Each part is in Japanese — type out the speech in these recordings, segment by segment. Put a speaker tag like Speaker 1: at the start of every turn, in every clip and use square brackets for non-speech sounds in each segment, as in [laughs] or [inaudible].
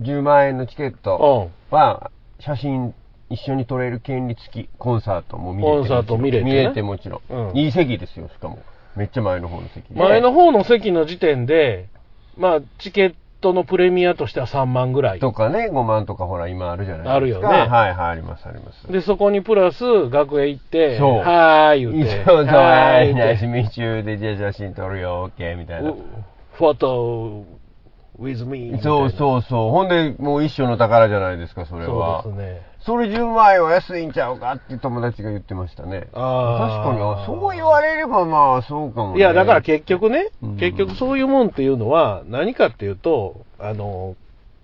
Speaker 1: 10万円のチケット
Speaker 2: うん。
Speaker 1: は、写真一緒に撮れる権利付き、コンサートも見れて。
Speaker 2: コンサート見れてね
Speaker 1: 見れてもちろん。
Speaker 2: うん
Speaker 1: いい席ですよ、しかも。めっちゃ前の方の席。
Speaker 2: 前の方の席の時点で、まあ、チケットのプレミアとしては3万ぐらい。
Speaker 1: とかね、5万とかほら、今あるじゃないですか。
Speaker 2: あるよね
Speaker 1: はいはい、あります、あります。
Speaker 2: で、そこにプラス、楽屋行って、
Speaker 1: そう
Speaker 2: はーい、言
Speaker 1: い
Speaker 2: っ
Speaker 1: つ
Speaker 2: て。
Speaker 1: も
Speaker 2: は
Speaker 1: は
Speaker 2: ーい
Speaker 1: い、
Speaker 2: 言
Speaker 1: な
Speaker 2: っ
Speaker 1: じ
Speaker 2: て
Speaker 1: み中で、じゃあ写真撮るよ、OK、みたいな。
Speaker 2: うフォト、with me。
Speaker 1: そう
Speaker 2: う。
Speaker 1: そうそう。ほんで、もう一生の宝じゃないですか、それは。
Speaker 2: そ
Speaker 1: そう
Speaker 2: ですね。
Speaker 1: れ10万円は安いんちゃうかって友達が言ってましたね。確
Speaker 2: あー
Speaker 1: かに、あそう言われればまあ、そうかも、ね。
Speaker 2: いや、だから結局ね
Speaker 1: うん、
Speaker 2: 結局そういうもんっていうのは、何かっていうと、あの、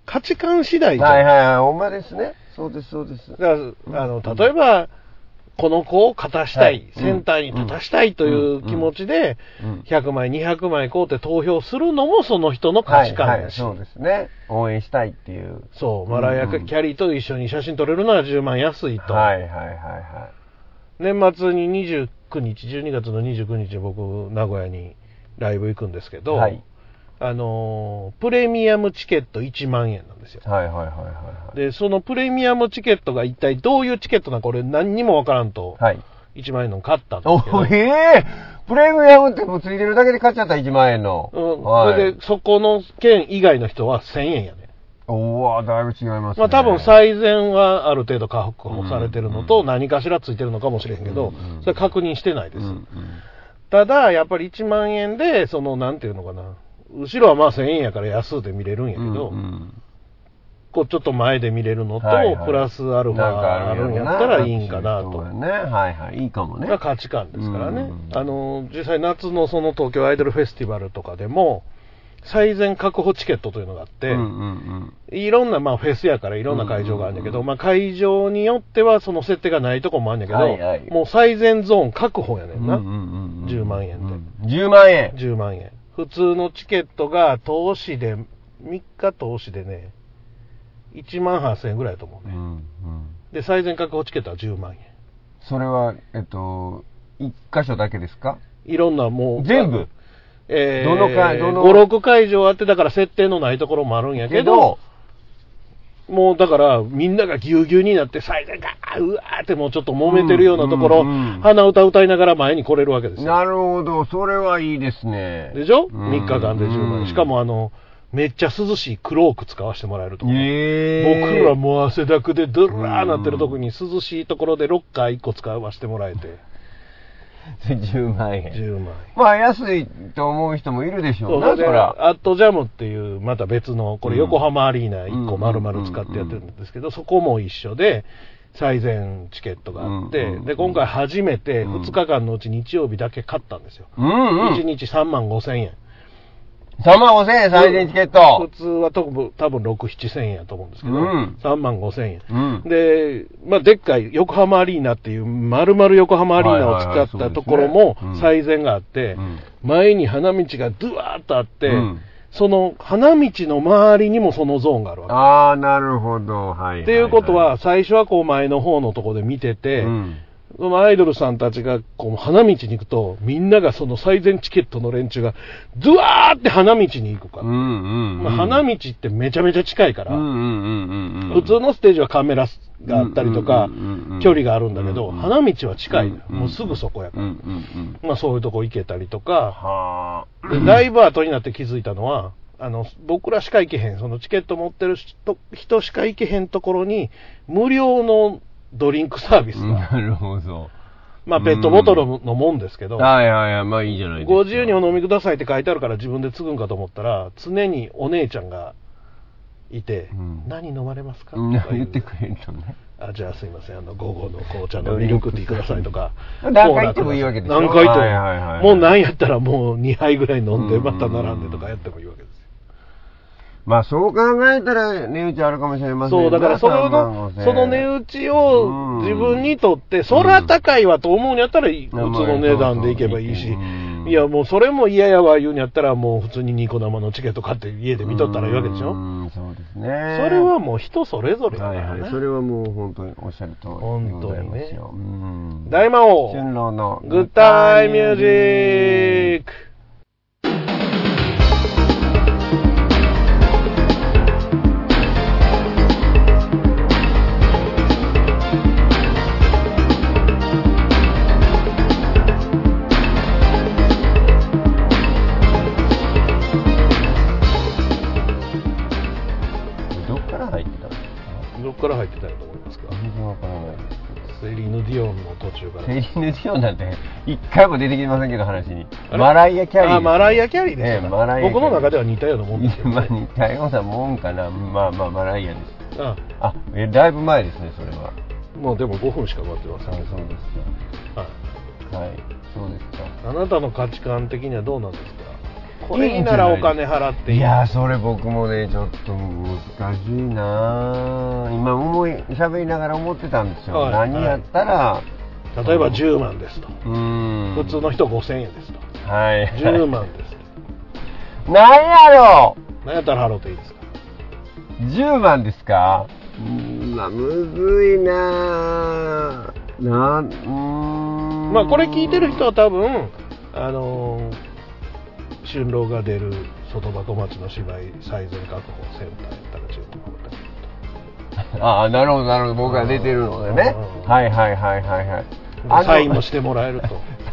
Speaker 2: 価値観次第じゃん
Speaker 1: はいはいはい、ほんまですね。そうです、そうです。
Speaker 2: だからあの例えば、この子を勝たしたい,、
Speaker 1: はい
Speaker 2: センターに立たしたいという気持ちで、
Speaker 1: うん
Speaker 2: 100枚、200枚こうって投票するのもその人の価値
Speaker 1: は
Speaker 2: 観
Speaker 1: いは
Speaker 2: だ
Speaker 1: い、
Speaker 2: し、
Speaker 1: そうですね。応援したいっていう。
Speaker 2: そう、マライア・
Speaker 1: うん
Speaker 2: キ
Speaker 1: うん
Speaker 2: ャリーと一緒に写真撮れるなら10万安いと、
Speaker 1: はいはいはいは
Speaker 2: 年末に29日、12月の29日、僕、名古屋にライブ行くんですけ
Speaker 1: い。
Speaker 2: ど、
Speaker 1: はい。
Speaker 2: あのープレミアムチケット1万円なんですよ。
Speaker 1: はいはいはいはい
Speaker 2: で、そのプレミアムチケットが一体どういうチケットなのか、俺、何にもわからんと、
Speaker 1: はい。はい。
Speaker 2: 1万円の買ったんですけど
Speaker 1: お、ええプレミアムってもうついてるだけで買っちゃった、1万円の。
Speaker 2: うん、
Speaker 1: はい
Speaker 2: それで、そこの県以外の人は1000円やね。
Speaker 1: おわだいぶ違いますね。
Speaker 2: まあ多分最善はある程度確保されてるの
Speaker 1: うん
Speaker 2: と
Speaker 1: うん
Speaker 2: 何かしらついてるのかもしれへんけど
Speaker 1: うんうん、
Speaker 2: それ確認してないで
Speaker 1: う
Speaker 2: す
Speaker 1: ん。うん
Speaker 2: ただ、やっぱり1万円で、その、なんていうのかな、後ろはまあ1000円やから安うで見れるんやけど、
Speaker 1: うん
Speaker 2: こうちょっと前で見れるのと
Speaker 1: はいは、い
Speaker 2: プラスアルファ
Speaker 1: なんか
Speaker 2: あるんやったらいいんかな
Speaker 1: そうや
Speaker 2: と。
Speaker 1: ね。はいはい。いいかもね。
Speaker 2: が価値観ですからね
Speaker 1: うん。
Speaker 2: あの、実際夏のその東京アイドルフェスティバルとかでも、最善確保チケットというのがあって、
Speaker 1: うんうん
Speaker 2: いろんな、まあ、フェスやからいろんな会場があるんだけど、
Speaker 1: うん
Speaker 2: まあ、会場によってはその設定がないとこもあるんだけど、
Speaker 1: はいはい
Speaker 2: もう最善ゾーン確保やね
Speaker 1: うんん。
Speaker 2: な、
Speaker 1: うんうんうん
Speaker 2: 10万円で
Speaker 1: うん10万円
Speaker 2: 10万円。普通のチケットが投資で、3日投資でね、1万8000円ぐらいだと思う
Speaker 1: う
Speaker 2: ね。
Speaker 1: んうん
Speaker 2: で、最善確保チケットは10万円。
Speaker 1: それは、えっと、一箇所だけですか
Speaker 2: いろんなもう、
Speaker 1: 全部
Speaker 2: えー、
Speaker 1: どの会どの
Speaker 2: 5、6会場あって、だから設定のないところもあるんやけど、、もうだから、みんながぎゅうぎゅうになって、最大が、うわーってもうちょっと揉めてるようなところ、
Speaker 1: うんうんうん
Speaker 2: 鼻歌歌いながら前に来れるわけですよ。
Speaker 1: なるほど、それはいいですね。
Speaker 2: でしょ、
Speaker 1: うん
Speaker 2: ?3 日間で10万
Speaker 1: うん
Speaker 2: 円。しかも、あの、めっちゃ涼しいクローク使わせてもらえると思う。
Speaker 1: え
Speaker 2: 僕ら
Speaker 1: も。
Speaker 2: もう汗だくでドラーなってる時に涼しいところでロッカー1個使わせてもらえて、
Speaker 1: 10万円。
Speaker 2: 10万円。
Speaker 1: まあ、安いと思う人もいるでしょうな、
Speaker 2: そう
Speaker 1: そ
Speaker 2: で
Speaker 1: ら。
Speaker 2: アットジャムっていう、また別の、これ
Speaker 1: うん
Speaker 2: 横浜アリーナ1個
Speaker 1: うん
Speaker 2: 丸々使ってやってるんですけど、そこも一緒で、最善チケットがあっ
Speaker 1: うん
Speaker 2: て
Speaker 1: う、ん
Speaker 2: で、今回初めて
Speaker 1: うん
Speaker 2: 2日間のうち日曜日だけ買ったんですよ。
Speaker 1: うんう
Speaker 2: 1
Speaker 1: ん。
Speaker 2: 日3万5千円。
Speaker 1: 3万5000円、最善チケッ
Speaker 2: 普
Speaker 1: ト。
Speaker 2: 通は多分多分6、7千円やと思うんですけど、
Speaker 1: うん
Speaker 2: 3万5千円。
Speaker 1: うん。
Speaker 2: で、まあ、でっかい横浜アリーナっていう、丸々横浜アリーナを使ったところも
Speaker 1: はいはいはいそうですねうん
Speaker 2: 最善があって
Speaker 1: う、ん
Speaker 2: 前に花道がドゥワーッとあって、
Speaker 1: うん
Speaker 2: その花道の周りにもそのゾーンがあるわ
Speaker 1: ああ、なるほど。はい。
Speaker 2: け。っていうことは、、最初はこう前の方のとこで見てて、
Speaker 1: うん
Speaker 2: そのアイドルさんたちがこう花道に行くと、みんながその最前チケットの連中が、ドゥワーって花道に行くか
Speaker 1: う
Speaker 2: ら、
Speaker 1: んうんうん。
Speaker 2: まあ、花道ってめちゃめちゃ近いから、
Speaker 1: うんうんうんうんうん。
Speaker 2: 普通のステージはカメラがあったりとか、
Speaker 1: うんうんうんうん
Speaker 2: 距離があるんだけど、
Speaker 1: うんうん
Speaker 2: 花道は近いのよ、
Speaker 1: うんうん
Speaker 2: もうすぐそこやか
Speaker 1: う
Speaker 2: ら、
Speaker 1: んうんうん。
Speaker 2: まあ、そういうとこ行けたりとか、
Speaker 1: はあ。
Speaker 2: でだいぶ後になって気づいたのは、あの僕らしか行けへん、そのチケット持ってる人人しか行けへんところに、無料のドリンクサービスが、
Speaker 1: なるほど。
Speaker 2: まあ、ペットボトルのもんですけど、
Speaker 1: はいはいはい、まあいいじゃないですか。
Speaker 2: ご自由にお飲みくださいって書いてあるから、自分で継ぐんかと思ったら、常にお姉ちゃんがいて、
Speaker 1: うん
Speaker 2: 何飲まれますか
Speaker 1: うん
Speaker 2: とか言
Speaker 1: 言
Speaker 2: う
Speaker 1: ってくれるとね。、
Speaker 2: あじゃあすいません、あの午後の紅茶のミルクティーくださいとか
Speaker 1: 何回行ってもいいわけでしょ
Speaker 2: 何回行って
Speaker 1: は
Speaker 2: も、
Speaker 1: いはいはい
Speaker 2: もう何やったらもう2杯ぐらい飲んで、
Speaker 1: うんうんう
Speaker 2: ま
Speaker 1: ん
Speaker 2: た並んでとかやってもいいわけですよ。
Speaker 1: まあそう考えたら値打ちあるかもしれません
Speaker 2: そ
Speaker 1: ね
Speaker 2: う、だからその
Speaker 1: 3万5千円
Speaker 2: その値打ちを自分にとって、そら高いわと思うんやったら、普通の値段でいけばいいし
Speaker 1: うん、
Speaker 2: いや、もうそれも嫌やわ言うんやったら、もう普通にニコ生のチケット買って家で見とったらいいわけでし
Speaker 1: う
Speaker 2: ょ。
Speaker 1: ん、そうですね。そ
Speaker 2: それはもう人それぞれだか
Speaker 1: はい
Speaker 2: ら
Speaker 1: はい、そ
Speaker 2: ね。
Speaker 1: れはもう本当におっしゃる通りでございますよ。うん
Speaker 2: 大魔王、
Speaker 1: 春郎の
Speaker 2: グッタイミュージック
Speaker 1: はから入ってたの
Speaker 2: どこから入ってたんやと思いますか
Speaker 1: 全然わからないです
Speaker 2: セリーヌ・ディオンの途中から
Speaker 1: セリーヌ・ディオンなんて一回も出てきてませんけど話に
Speaker 2: あれ
Speaker 1: マライア・キャリー
Speaker 2: あマライア・キャリーです
Speaker 1: ええマライアキャリー
Speaker 2: 僕の中では似たようなもんで
Speaker 1: [laughs]
Speaker 2: すけど、
Speaker 1: 今
Speaker 2: ね、
Speaker 1: 似たようなもんかなまあまあマライアです
Speaker 2: あ
Speaker 1: あえだいぶ前ですねそれは
Speaker 2: もうでも5分しか待ってません、はい
Speaker 1: そうですかはいそうですか
Speaker 2: あなたの価値観的にはどうなんですかこ
Speaker 1: い
Speaker 2: れ
Speaker 1: いん
Speaker 2: に
Speaker 1: じゃ
Speaker 2: な
Speaker 1: な
Speaker 2: ら
Speaker 1: い
Speaker 2: お金払っていい
Speaker 1: いやーそれ僕もねちょっと難しいなー今思い喋りながら思ってたんですよ、
Speaker 2: はい
Speaker 1: 何やったら、
Speaker 2: 例えば10万ですと
Speaker 1: うーん
Speaker 2: 普通の人5000円ですと
Speaker 1: はい
Speaker 2: 10万です
Speaker 1: [laughs] 何やろう
Speaker 2: 何やったら払っていいですか
Speaker 1: 10万ですかうーんまあむずいなーなんうーん
Speaker 2: まあこれ聞いてる人は多分あのー春郎が出る外箱町の芝居最善確保センターやったら10万払っていい
Speaker 1: ああなるほどなるほど僕が出てるのでね
Speaker 2: うん
Speaker 1: はいはいはいはいはい
Speaker 2: とサインもしてもらえると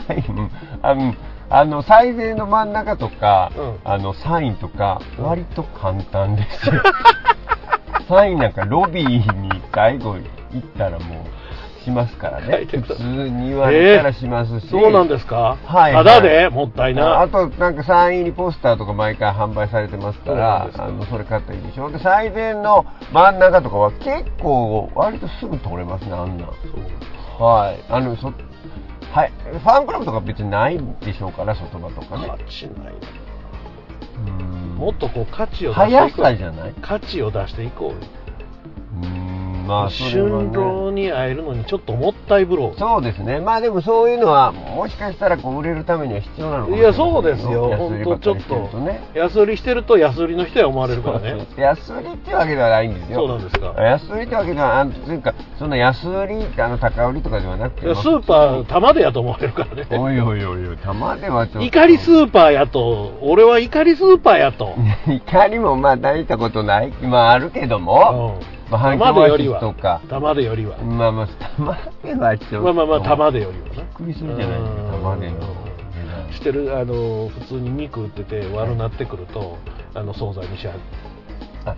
Speaker 1: サインあのあの最善の真ん中とか、
Speaker 2: うん
Speaker 1: あのサインとか
Speaker 2: うん
Speaker 1: 割と簡単ですよ [laughs] サインなんかロビーに最後行ったらもうしますから
Speaker 2: 書い
Speaker 1: ね
Speaker 2: て
Speaker 1: 普
Speaker 2: る
Speaker 1: 通に [laughs] 言われたらしますし、
Speaker 2: そうなんですか、
Speaker 1: はい
Speaker 2: ただでもったい
Speaker 1: ああ
Speaker 2: な
Speaker 1: となんかサイン入りポスターとか毎回販売されてますか
Speaker 2: そうなん
Speaker 1: ら
Speaker 2: ですか
Speaker 1: あのそれ買ったらいいでしょで最善の真ん中とかは結構割とすぐ取れますねあんなん
Speaker 2: そう
Speaker 1: はい、あのそはい、ファンクラブとか別にないでしょうから、外場とかね
Speaker 2: 価。値ないな
Speaker 1: うん
Speaker 2: もっとこう価値を出して
Speaker 1: 速
Speaker 2: いこ
Speaker 1: さ
Speaker 2: う
Speaker 1: じゃない。う
Speaker 2: 価値を出していこうよ
Speaker 1: ん、まあ、それは
Speaker 2: 春
Speaker 1: ね。
Speaker 2: 郎に会えるのにちょっともったいぶろ
Speaker 1: そうですね、まあでもそういうのは、もしかしたらこう売れるためには必要なのかも
Speaker 2: い
Speaker 1: しれない
Speaker 2: や
Speaker 1: けど
Speaker 2: そうですよ
Speaker 1: 安売りば
Speaker 2: 本
Speaker 1: っか
Speaker 2: 当
Speaker 1: り
Speaker 2: ち
Speaker 1: して
Speaker 2: ょ
Speaker 1: る
Speaker 2: っ
Speaker 1: と
Speaker 2: と
Speaker 1: ね。
Speaker 2: 安売りしてると安売りの人は思われるからね
Speaker 1: 安売りってわけではないんですよ。
Speaker 2: そうなんですか
Speaker 1: 安売りってわけではない、あのというか、その安売りってあの高売りとかではなく
Speaker 2: い
Speaker 1: て。
Speaker 2: やスーパー玉でやと思われるからね
Speaker 1: おいおいおいおい、玉ではちょっと。
Speaker 2: 怒りスーパーやと俺は怒りスーパーやと、
Speaker 1: [laughs] 怒りもまあ大したことない、まああるけども、
Speaker 2: うん
Speaker 1: まあ反
Speaker 2: 玉
Speaker 1: 響
Speaker 2: でよ
Speaker 1: アシス
Speaker 2: り
Speaker 1: ト
Speaker 2: は
Speaker 1: か、
Speaker 2: 玉でよりは、
Speaker 1: まあまあ、玉ではちょっと、
Speaker 2: まあまあまあ玉でよりはなびっ
Speaker 1: くりするじゃないですか玉での値段
Speaker 2: してるあの普通に肉売ってて悪なってくるとあの惣菜にしはる
Speaker 1: あ、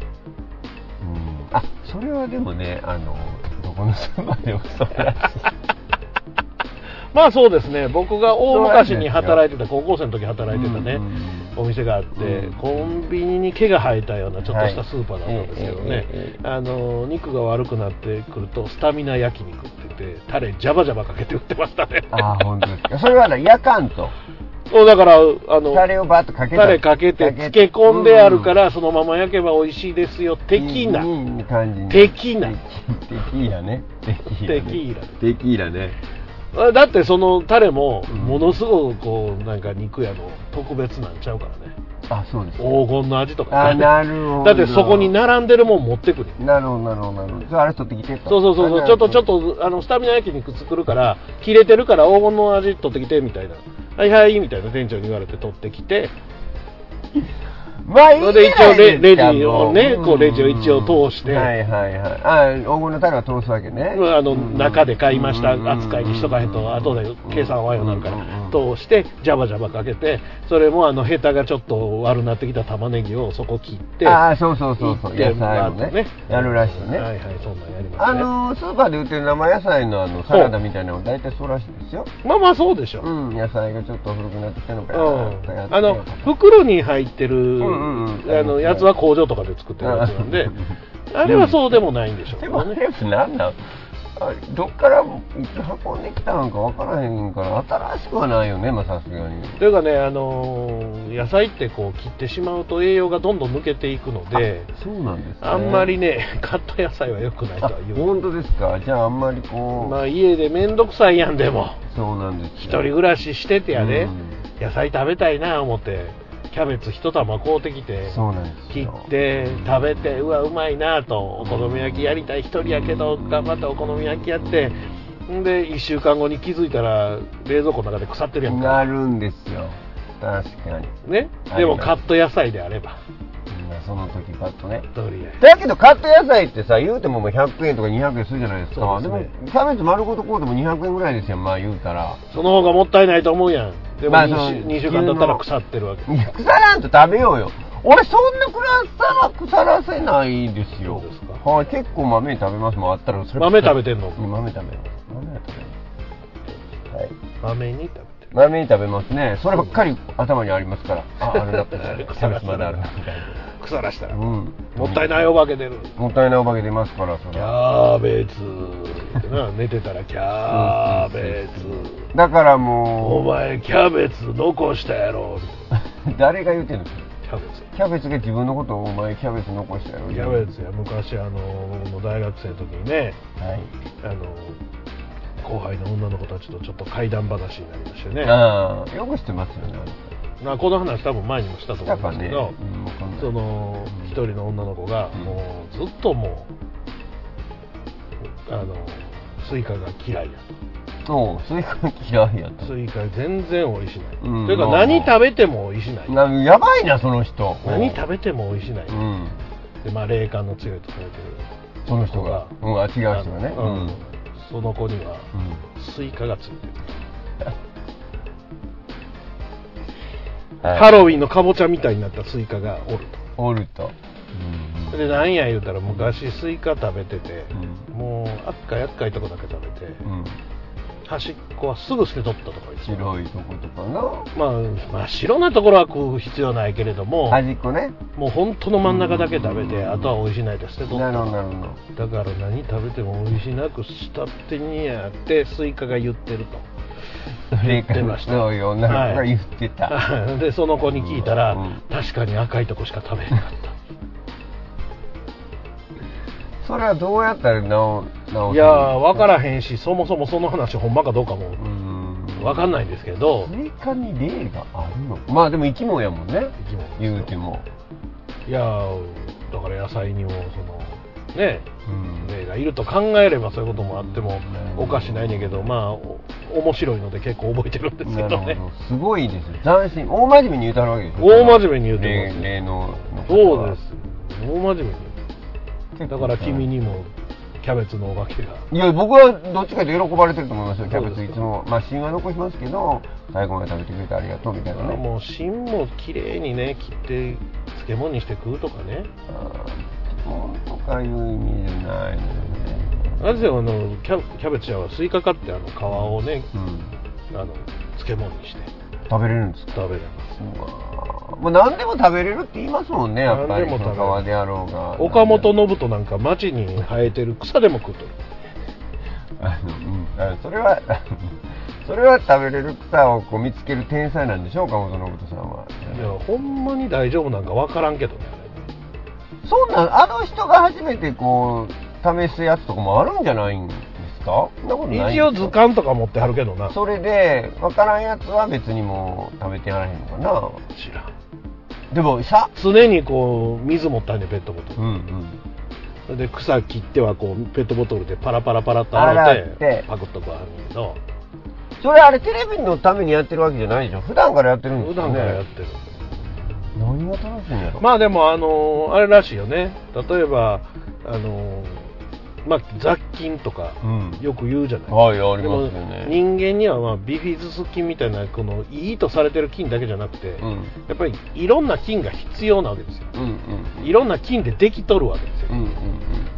Speaker 1: うん、あそれはでもね、あの、どこのスーパーでもそうらしい。
Speaker 2: まあそうですね僕が大昔に働いてた高校生の時働いてたね、
Speaker 1: うんうんうん
Speaker 2: お店があって、
Speaker 1: うん
Speaker 2: コンビニに毛が生えたようなちょっとしたスーパーだったんですけどね、
Speaker 1: はいえええええ
Speaker 2: あの肉が悪くなってくるとスタミナ焼肉って言ってタレジャバジャバかけて売ってましたね
Speaker 1: ああ、本当ですか。それはね、夜間と、
Speaker 2: そうだからあの
Speaker 1: タレをバーッとかけた
Speaker 2: タレかけて漬け込んであるから、そのまま焼けば美味しいですよ
Speaker 1: うん
Speaker 2: 的な、
Speaker 1: いい感じに。
Speaker 2: 的な
Speaker 1: テキーラね。テキーラね。
Speaker 2: テキーラ
Speaker 1: テキーラね。
Speaker 2: あだってそのタレも
Speaker 1: うん
Speaker 2: ものすごくこうなんか肉屋の特別なんちゃうからね
Speaker 1: あ、そうですか。
Speaker 2: 黄金の味とか
Speaker 1: あ、なるほど。
Speaker 2: だってそこに並んでるもん持ってくる
Speaker 1: なるほど、なるほど、なるほど。じゃあ、あれ取ってきてと
Speaker 2: そうそうそうそう、ちょっとちょっ。
Speaker 1: あ
Speaker 2: とあのスタミナ焼肉作るから、切れてるから黄金の味取ってきてみたいな、はいはいみたいな店長に言われて取ってきて、
Speaker 1: まあ、いいじゃ
Speaker 2: それで一応
Speaker 1: ないですか
Speaker 2: レレジをね
Speaker 1: も
Speaker 2: こうレジを一応通して
Speaker 1: はいはいはい。あ、黄金のタレは通すわけね。
Speaker 2: あの中で買いました
Speaker 1: うん
Speaker 2: 扱いにしとかへんと、後で計算はようになるか
Speaker 1: うんうん
Speaker 2: ら、通して、ジャバジャバかけて、それもあのヘタがちょっと悪なってきた玉ねぎをそこ切って、
Speaker 1: ああ、そうそうそうそう。
Speaker 2: いって
Speaker 1: 野菜をねやるらしいね。
Speaker 2: はいはい、そんなんやります
Speaker 1: あ
Speaker 2: ね。
Speaker 1: のスーパーで売ってる生野菜のあのサラダみたいなの大体そうらしいですよ。
Speaker 2: まあまあそうでしょ。
Speaker 1: うん、野菜がちょっと古くなってきたのか
Speaker 2: うん
Speaker 1: な。
Speaker 2: あの袋に入ってる、
Speaker 1: うんうんうん
Speaker 2: あのやつは工場とかで作ってるやつなん
Speaker 1: [laughs]
Speaker 2: で、あれはそうでもないんでしょうけ
Speaker 1: でも
Speaker 2: ど
Speaker 1: あ
Speaker 2: ね。
Speaker 1: れなんなんあどっからいつ運んできたのかわからへんから新しくはないよねまあさすがに
Speaker 2: というかね、あのー野菜ってこう切ってしまうと栄養がどんどん抜けていくので、
Speaker 1: そうなんですね
Speaker 2: あんまりね、 [laughs] 買った野菜は良くないと
Speaker 1: あ
Speaker 2: は言う。
Speaker 1: 本当ですかじゃああんまりこう、
Speaker 2: まあ家で面倒くさいやんでも、
Speaker 1: そうなんですよ
Speaker 2: 一人暮らししててやで、
Speaker 1: うん
Speaker 2: 野菜食べたいな思って、キャベツ一玉買うてきて、
Speaker 1: そうなんです
Speaker 2: 切
Speaker 1: よ
Speaker 2: って食べてうわうまいなとお好み焼きやりたい一人やけど頑張ってお好み焼きやってんで1週間後に気づいたら冷蔵庫の中で腐ってるやん
Speaker 1: な
Speaker 2: か、
Speaker 1: るんですよ確かに、
Speaker 2: ね
Speaker 1: あ、り
Speaker 2: で
Speaker 1: ま
Speaker 2: も
Speaker 1: す
Speaker 2: カット野菜であれば
Speaker 1: うんその時パッとね
Speaker 2: とりあえず
Speaker 1: だけどカット野菜ってさ言うてももう100円とか200円するじゃないですか
Speaker 2: そうですね
Speaker 1: もキャベツ丸ごとこうでも200円ぐらいですよまあ言うたら
Speaker 2: その方がもったいないと思うやんでも
Speaker 1: まあ
Speaker 2: 2,、
Speaker 1: その
Speaker 2: 週二週間経ったら腐ってるわけ
Speaker 1: いや腐らんと食べようよ俺そんなくらさら腐らせないですよ
Speaker 2: そうですか
Speaker 1: はい結構豆食べますもんあったらそれ
Speaker 2: 豆食べてんの
Speaker 1: うん豆食べます豆は食べますはい
Speaker 2: 豆に食べてる
Speaker 1: 豆食べますねそればっかり頭にありますからああれだったら
Speaker 2: 腐らせたら
Speaker 1: まだあるみたい
Speaker 2: 腐らしたら、
Speaker 1: なうん
Speaker 2: もったいないお化け出る
Speaker 1: もったいないお化け出ますからそ
Speaker 2: キ
Speaker 1: れ
Speaker 2: ャベツって [laughs] な寝てたらキャベツ
Speaker 1: だから
Speaker 2: お
Speaker 1: も
Speaker 2: 前キャベツ残したやろ
Speaker 1: う誰が言ってるんです
Speaker 2: キャベツ
Speaker 1: キャベツが自分のことをお前キャベツ残したよ
Speaker 2: キャベツや昔あの僕も大学生の時にね
Speaker 1: はい
Speaker 2: あの後輩の女の子たちとちょっと怪談話になりましてね
Speaker 1: ああよく知ってますよね
Speaker 2: まあこの話多分前にもしたと思うんですけ
Speaker 1: やっ
Speaker 2: ど、
Speaker 1: ぱねうんわかんない
Speaker 2: その一人の女の子が
Speaker 1: うん
Speaker 2: もうずっともうあのスイカが嫌いや
Speaker 1: そうスイカ嫌いや
Speaker 2: と
Speaker 1: と
Speaker 2: スイカ全然おいしない、
Speaker 1: うん
Speaker 2: というか
Speaker 1: まあ
Speaker 2: 何食べてもおいしない、
Speaker 1: なやばいなその人
Speaker 2: 何食べてもおいしない、
Speaker 1: うん
Speaker 2: でまあ霊感の強いとされてる
Speaker 1: その人が
Speaker 2: 子
Speaker 1: うんあ違う人がね
Speaker 2: あ
Speaker 1: う
Speaker 2: の
Speaker 1: ん
Speaker 2: うんその子にはスイカがついてる、ハロウィンのかぼちゃみたいになったスイカがおる
Speaker 1: ンおると
Speaker 2: とでなんや言うたら昔スイカ食べてて、
Speaker 1: う
Speaker 2: もうあっかやっかいとこだけ食べて、
Speaker 1: うん
Speaker 2: 端っこはすぐ捨て取ったとか言ってた
Speaker 1: 白いとことかの
Speaker 2: まあ、真っ白なところは食う必要ないけれども、
Speaker 1: 端っこね
Speaker 2: もう本当の真ん中だけ食べ
Speaker 1: う
Speaker 2: て、
Speaker 1: ん
Speaker 2: あとは美味しないで捨てと
Speaker 1: な
Speaker 2: っ
Speaker 1: るほどなるほど
Speaker 2: ただから何食べても美味しなく下っ手にあってスイカが言ってると言ってました
Speaker 1: そういう女の子が言ってた、
Speaker 2: はいでその子に聞いたら、
Speaker 1: うん
Speaker 2: 確かに赤いとこしか食べなかっ
Speaker 1: それはどうやったら直
Speaker 2: た
Speaker 1: 直
Speaker 2: いやー分から
Speaker 1: ん
Speaker 2: へんしそもそもその話ほんまかどうかも
Speaker 1: うん
Speaker 2: 分かんないんですけど
Speaker 1: スイカに霊があるのまあでも生き物やもんね
Speaker 2: 生き物ですよ
Speaker 1: 言うても
Speaker 2: いやーだから野菜にもそのね
Speaker 1: うん
Speaker 2: 霊がいると考えればそういうこともあってもおかしないねんけどまあお面白いので結構覚えてるんですけ
Speaker 1: なる
Speaker 2: ど
Speaker 1: ほ
Speaker 2: ね
Speaker 1: どすごいですよ斬新大真面目に言うたるわけでしょ
Speaker 2: [laughs] 大真面目に言うてます
Speaker 1: 霊霊能の
Speaker 2: そうで
Speaker 1: です
Speaker 2: 大真面目に
Speaker 1: す
Speaker 2: だから君にもキャベツのお化けが
Speaker 1: いや僕はどっちかというと喜ばれてると思いますよキャベ
Speaker 2: そう
Speaker 1: ツい
Speaker 2: ですか
Speaker 1: つもまあ芯は残しますけど最後まで食べてくれてありがとうみたいなね
Speaker 2: もう芯も綺麗にね切って漬物にして食うとかね
Speaker 1: あーもうとかいう意味じゃないのよね
Speaker 2: なぜあのキャキャベツやはスイカ買ってあの皮をね
Speaker 1: うん
Speaker 2: あの漬物にして
Speaker 1: 食べれるんですか
Speaker 2: 食べれます
Speaker 1: うわーもう何でも食べれるって言いますもんねやっぱり
Speaker 2: 何でも食べれる
Speaker 1: その皮であろうが
Speaker 2: 岡本信人なんか町に生えてる草でも食うとる
Speaker 1: あのうんあそれは [laughs] それは食べれる草をこう見つける天才なんでしょうか岡本信人さんはい
Speaker 2: やほんまに大丈夫なんか分からんけどねあれ
Speaker 1: そんなんあの人が初めてこう試すやつとかもあるんじゃないんですかそんなことない
Speaker 2: 一応図鑑とか持ってはるけどな
Speaker 1: それで分からんやつは別にもう食べてやらへんのかな
Speaker 2: 知らん
Speaker 1: でもさ
Speaker 2: 常にこう水持ったんねペットボト
Speaker 1: うんうん
Speaker 2: ルで草切ってはこうペットボトルでパラパラパラと洗って
Speaker 1: 洗って
Speaker 2: パクッとこうあるんだけど
Speaker 1: それあれテレビのためにやってるわけじゃないでしょ普段からやってるんで
Speaker 2: 普
Speaker 1: すよ
Speaker 2: 段
Speaker 1: ね
Speaker 2: からやってる
Speaker 1: 何が楽しいんやろ、
Speaker 2: まあでもあのーあれらしいよね例えばあのーまあ雑菌とか
Speaker 1: うん
Speaker 2: よく言うじゃない
Speaker 1: はいあ
Speaker 2: で
Speaker 1: り
Speaker 2: も
Speaker 1: ますよね
Speaker 2: 人間にはまあビフィズス菌みたいなこのいいとされてる菌だけじゃなくて、
Speaker 1: うん
Speaker 2: やっぱりいろんな菌が必要なわけですよ
Speaker 1: うんうん
Speaker 2: いろんな菌でできとるわけですよ
Speaker 1: うんうん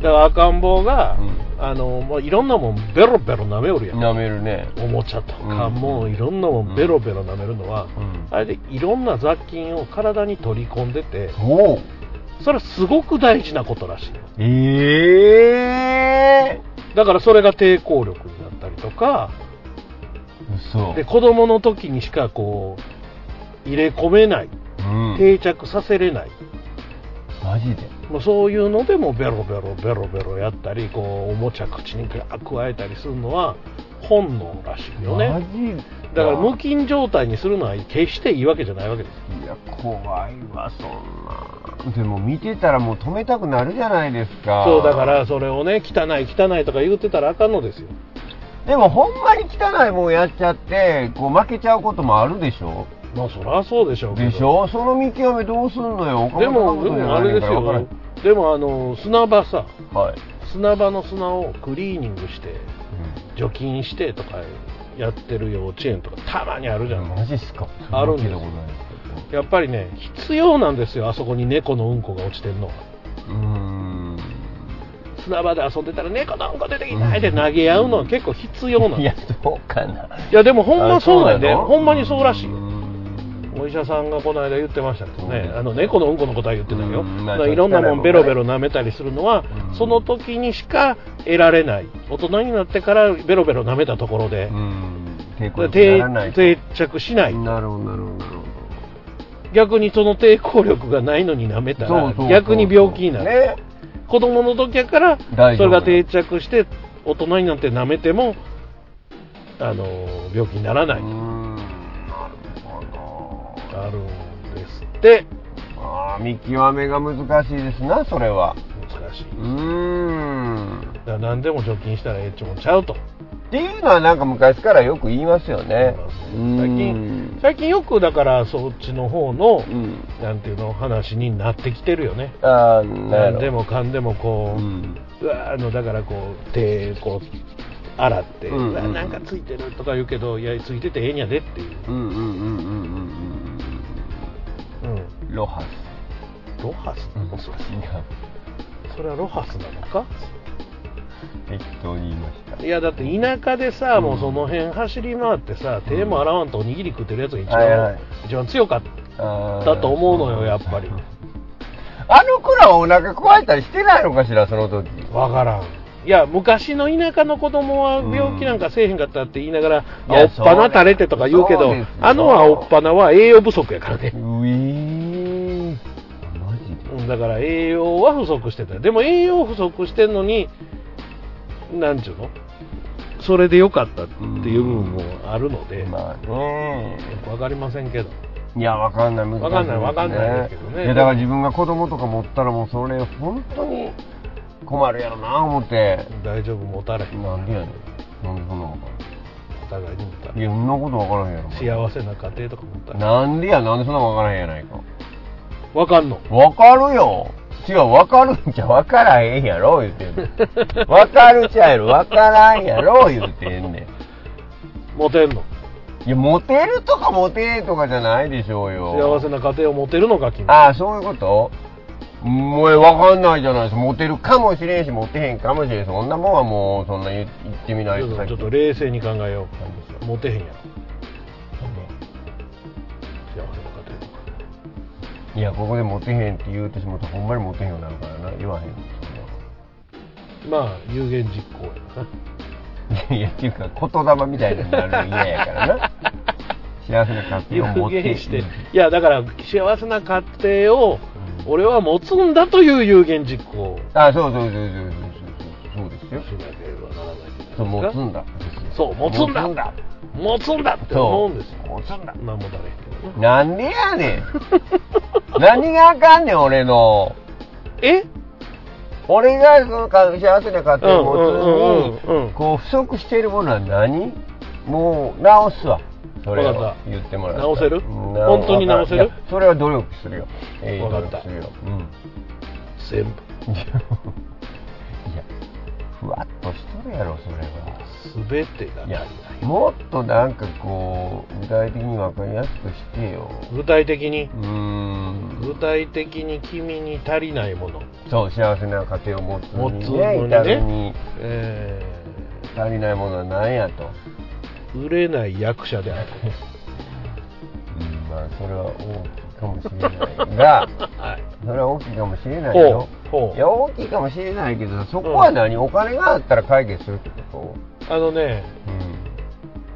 Speaker 2: だから赤ん坊が、
Speaker 1: う
Speaker 2: あのもういろんなもんベロベロ舐めよるや
Speaker 1: うん
Speaker 2: ん
Speaker 1: なめるね
Speaker 2: おもちゃとか、
Speaker 1: うん
Speaker 2: もういろんなもんベロベロ舐めるのは、
Speaker 1: うん
Speaker 2: あれでいろんな雑菌を体に取り込んでて
Speaker 1: おう
Speaker 2: それはすごく大事なことらしいよ
Speaker 1: ええ
Speaker 2: だからそれが抵抗力になったりとか
Speaker 1: ー、嘘
Speaker 2: で子供の時にしかこう入れ込めない
Speaker 1: うん
Speaker 2: 定着させれない、
Speaker 1: マジで
Speaker 2: まあ、そういうのでもベロベロベロベロやったりこうおもちゃ口にガーッ加えたりするのは本能らしいよ
Speaker 1: マ
Speaker 2: ね
Speaker 1: ジ
Speaker 2: だから無菌状態にするのは決していいわけじゃないわけです
Speaker 1: いや怖いわそんなでも見てたらもう止めたくなるじゃないですか
Speaker 2: そうだからそれをね汚い汚いとか言ってたらあかんのですよ
Speaker 1: でもほんまに汚いもんやっちゃってこう負けちゃうこともあるでしょ
Speaker 2: まあそりゃそうでしょうけど
Speaker 1: でしょその見極めどうすんのよ岡
Speaker 2: で
Speaker 1: 本
Speaker 2: もで
Speaker 1: 信人じゃ
Speaker 2: も
Speaker 1: な
Speaker 2: あ
Speaker 1: いね
Speaker 2: れ
Speaker 1: ん
Speaker 2: で
Speaker 1: か
Speaker 2: す
Speaker 1: ら分から
Speaker 2: よでもあの砂場さ
Speaker 1: んはい、
Speaker 2: 砂場の砂をクリーニングして除菌してとかやってる幼稚園とかたまにあるじゃ、
Speaker 1: うんん、マジっすか
Speaker 2: あるんです
Speaker 1: そ
Speaker 2: よ
Speaker 1: な聞いたことないですけど
Speaker 2: やっぱりね、必要なんですよ、あそこに猫のうんこが落ちてるのは。
Speaker 1: うーん。
Speaker 2: 砂場で遊んでたら猫のうんこ出てきたって投げ合うのは結構
Speaker 1: [laughs]
Speaker 2: 必要なん
Speaker 3: い
Speaker 2: で
Speaker 3: や
Speaker 2: す。
Speaker 3: そうかない
Speaker 2: や、でもほんまそうなんで、
Speaker 3: あそうなの
Speaker 2: ほんまにそうらしいよ
Speaker 1: う。ん
Speaker 2: お医者さんがこの間言ってましたけどね
Speaker 1: う、ん
Speaker 2: あの猫のうんこのことは言ってたよ、
Speaker 1: うん
Speaker 2: だからいろんなもんベロベロ舐めたりするのは、
Speaker 1: うん
Speaker 2: その時にしか得られない、大人になってからベロベロ舐めたところで
Speaker 1: う、ん。抵抗力に
Speaker 2: 定
Speaker 1: ならないと。
Speaker 2: 定着しない、
Speaker 1: なるほど、なるほど、なるほ
Speaker 2: 逆にその抵抗力がないのに舐めた
Speaker 1: ど。
Speaker 2: ら、
Speaker 1: そうそうそう
Speaker 2: 逆に病気になる、
Speaker 1: ね。
Speaker 2: 子供の時やから、
Speaker 1: 大
Speaker 2: そ
Speaker 1: 丈夫
Speaker 2: れが定着して、大人になって舐めても、あの病気にならないう
Speaker 1: ー、ん。なるほど。
Speaker 2: あるんですって、
Speaker 1: あー見極めが難しいですな、それは。。
Speaker 2: 難しいう
Speaker 1: ーん。
Speaker 2: だから何でも除菌したらええっちゅうもんちゃうと。
Speaker 1: っていうのはなんか昔からよく言いますよね。うーん
Speaker 2: 最近最近よくだからそっちの方の、
Speaker 1: うん。
Speaker 2: なんていうの話になってきてるよね
Speaker 1: ああ、なる
Speaker 2: 何
Speaker 1: ほど。
Speaker 2: でもかんでもこう、
Speaker 1: う。
Speaker 2: うんわあのだからこう手こう洗って、
Speaker 1: う
Speaker 2: うん
Speaker 1: うん
Speaker 2: わなんかついてるとか言うけどいやついててええんやでっていう、
Speaker 1: うんうんうんうんうんうん
Speaker 2: うん、
Speaker 1: うん。ロハス。
Speaker 2: ロハスなのそれ
Speaker 1: 違う
Speaker 2: それはロハスなのか
Speaker 1: 適当に言いました。
Speaker 2: いやだって田舎でさ、
Speaker 1: うん
Speaker 2: もうその辺走り回ってさ手も洗わんとおにぎり食ってるやつが一番,、
Speaker 1: はいはい
Speaker 2: 一番強かった
Speaker 1: だ
Speaker 2: だと思うのよやっぱり
Speaker 1: あの子らはお腹壊えたりしてないのかしらその時
Speaker 2: わからんいや昔の田舎の子供は病気なんかせえへんかったって言いながら、
Speaker 1: うんいや
Speaker 2: 青っぱな垂れてとか言うけ
Speaker 1: そ
Speaker 2: ど
Speaker 1: うですよ
Speaker 2: あの青っぱなは栄養不足やから
Speaker 1: う
Speaker 2: ね、
Speaker 1: ぃーマジで
Speaker 2: うんだから栄養は不足してたでも栄養不足してんのになんちゅうのそれでよかったっていう部分もあるので、
Speaker 1: まあね
Speaker 2: よくわかりませんけど
Speaker 1: いやわかんない難しい
Speaker 2: わかんないわかんないですけどね
Speaker 1: いやだから自分が子供とか持ったらもうそれ本当に困るやろな思って
Speaker 2: 大丈夫持たれへん
Speaker 1: なんでやねんなんでそんなこと
Speaker 2: お互いに持た
Speaker 1: い
Speaker 2: れへん
Speaker 1: やそんなことわからへんやろ
Speaker 2: 幸せな家庭とか持ったら
Speaker 1: なんでやなんでそんなわからへんやないか
Speaker 2: わかんの
Speaker 1: わかるよ。違う、わかるんちゃわからへんやろ、言うてんねん。わかるちゃうやろ、わからんやろ、言うてんね
Speaker 2: 持てんの
Speaker 1: ん。いや、モテるとかモテとかじゃないでしょうよ。
Speaker 2: 幸せな家庭を持てるのか君
Speaker 1: ああ、そういうこともうわかんないじゃないですか。モテるかもしれんし、モテへんかもしれんし、そんなもんはもう、そんな言言ってみない
Speaker 2: ちょっ
Speaker 1: さっ
Speaker 2: と
Speaker 1: き
Speaker 2: ちょっと冷静に考えよ
Speaker 1: なんでしょ
Speaker 2: うモテへんやろ幸せな家庭とか
Speaker 1: ういや、ここでモテへんって言うてしもうと、ほんまにモテへんようになるからな。言わへん。
Speaker 2: まあ有言実行やない
Speaker 1: や、っていうか、言霊みたいになるの嫌やからな。幸せな家庭を持って。
Speaker 2: 有言していやだから幸せな家庭を俺は持つんだという有言実行
Speaker 1: あ、そうそうそうそうそうそうそうですよ
Speaker 2: し。なければならないじ
Speaker 1: そう
Speaker 2: ゃない
Speaker 1: 持
Speaker 2: です
Speaker 1: つ
Speaker 2: か
Speaker 1: んだ。
Speaker 2: そう持つんだ
Speaker 1: 持つんだ。
Speaker 2: 持つんだって思うんですよ
Speaker 1: 持つんだ。
Speaker 2: まあ持たれへんけど
Speaker 1: な
Speaker 2: な
Speaker 1: んでやねん。何があかんねん、俺の。
Speaker 2: え
Speaker 1: 俺がそのか幸せな家庭を持つ
Speaker 2: うんうんうん
Speaker 1: の
Speaker 2: うん
Speaker 1: に、こう不足しているものは何？もう直すわ。それ
Speaker 2: わ
Speaker 1: を
Speaker 2: かった
Speaker 1: 言ってもらった
Speaker 2: 直せる
Speaker 1: うん
Speaker 2: 本当に直せる
Speaker 1: いやそれは努力するよ。ええ
Speaker 2: わかった
Speaker 1: 努力するようん。
Speaker 2: 全部
Speaker 1: いや、ふわっとしとるやろ、それは。
Speaker 2: 全てが足
Speaker 1: い
Speaker 2: りな
Speaker 1: や
Speaker 2: い、
Speaker 1: もっとなんかこう、具体的に分かりやすくしてよ。
Speaker 2: 具体的に
Speaker 1: うーん。
Speaker 2: 具体的に君に足りないもの
Speaker 1: そう、幸せな家庭を持つの
Speaker 2: 持つ
Speaker 1: に
Speaker 2: の
Speaker 1: ね、
Speaker 2: にね
Speaker 1: 至るに
Speaker 2: え
Speaker 1: 足りないものは何やと。
Speaker 2: ー売れない役者である
Speaker 1: うん、まあ、それは大きいかもしれないが、
Speaker 2: はい
Speaker 1: [laughs] それ [laughs] は大きいかもしれないよ
Speaker 2: ほ。うほ
Speaker 1: いうや、大きいかもしれないけどさ、そこは何、お金があったら解決するってこ
Speaker 2: あのね、
Speaker 1: とうん。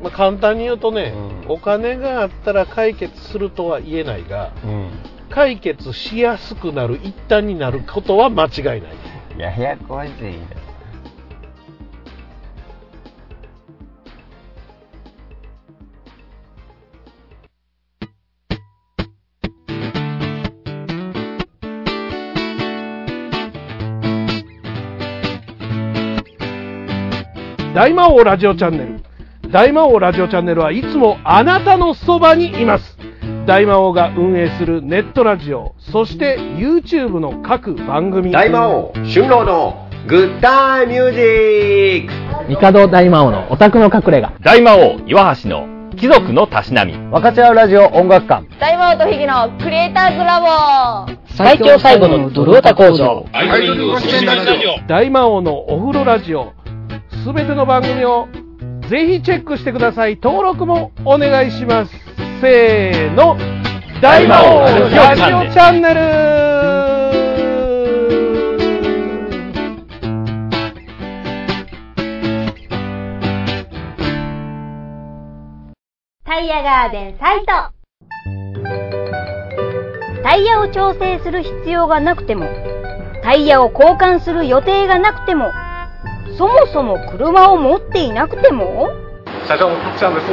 Speaker 2: まあ、簡単に言うとね、
Speaker 1: うん
Speaker 2: お金があったら解決するとは言えないが
Speaker 1: うん。
Speaker 2: 解決しやすくなる一端になることは間違いない
Speaker 1: いや、ややこしいな。
Speaker 2: 大魔王ラジオチャンネル大魔王ラジオチャンネルはいつもあなたのそばにいます大魔王が運営するネットラジオそして YouTube の各番組
Speaker 1: 大魔王春郎のグッタイミュージック
Speaker 4: 帝大魔王のオタクの隠れ家
Speaker 3: 大魔王岩橋の貴族のたしなみ
Speaker 4: 分かち合うラジオ音楽館
Speaker 5: 大魔王とヒゲのクリエイターズラボ
Speaker 6: 最強最後のドルオタ工場
Speaker 7: アイドリング宣伝ラジオ
Speaker 2: 大魔王のお風呂ラジオすべての番組をぜひチェックしてください登録もお願いしますせーの大魔王ラ
Speaker 3: ラ
Speaker 2: ジ
Speaker 3: ジ
Speaker 2: オ
Speaker 3: オ
Speaker 2: チャンネル
Speaker 5: タイヤガーデンサイトタイヤを調整する必要がなくてもタイヤを交換する予定がなくてもそもそも車を持っていなくても
Speaker 7: 社長もピッチャーです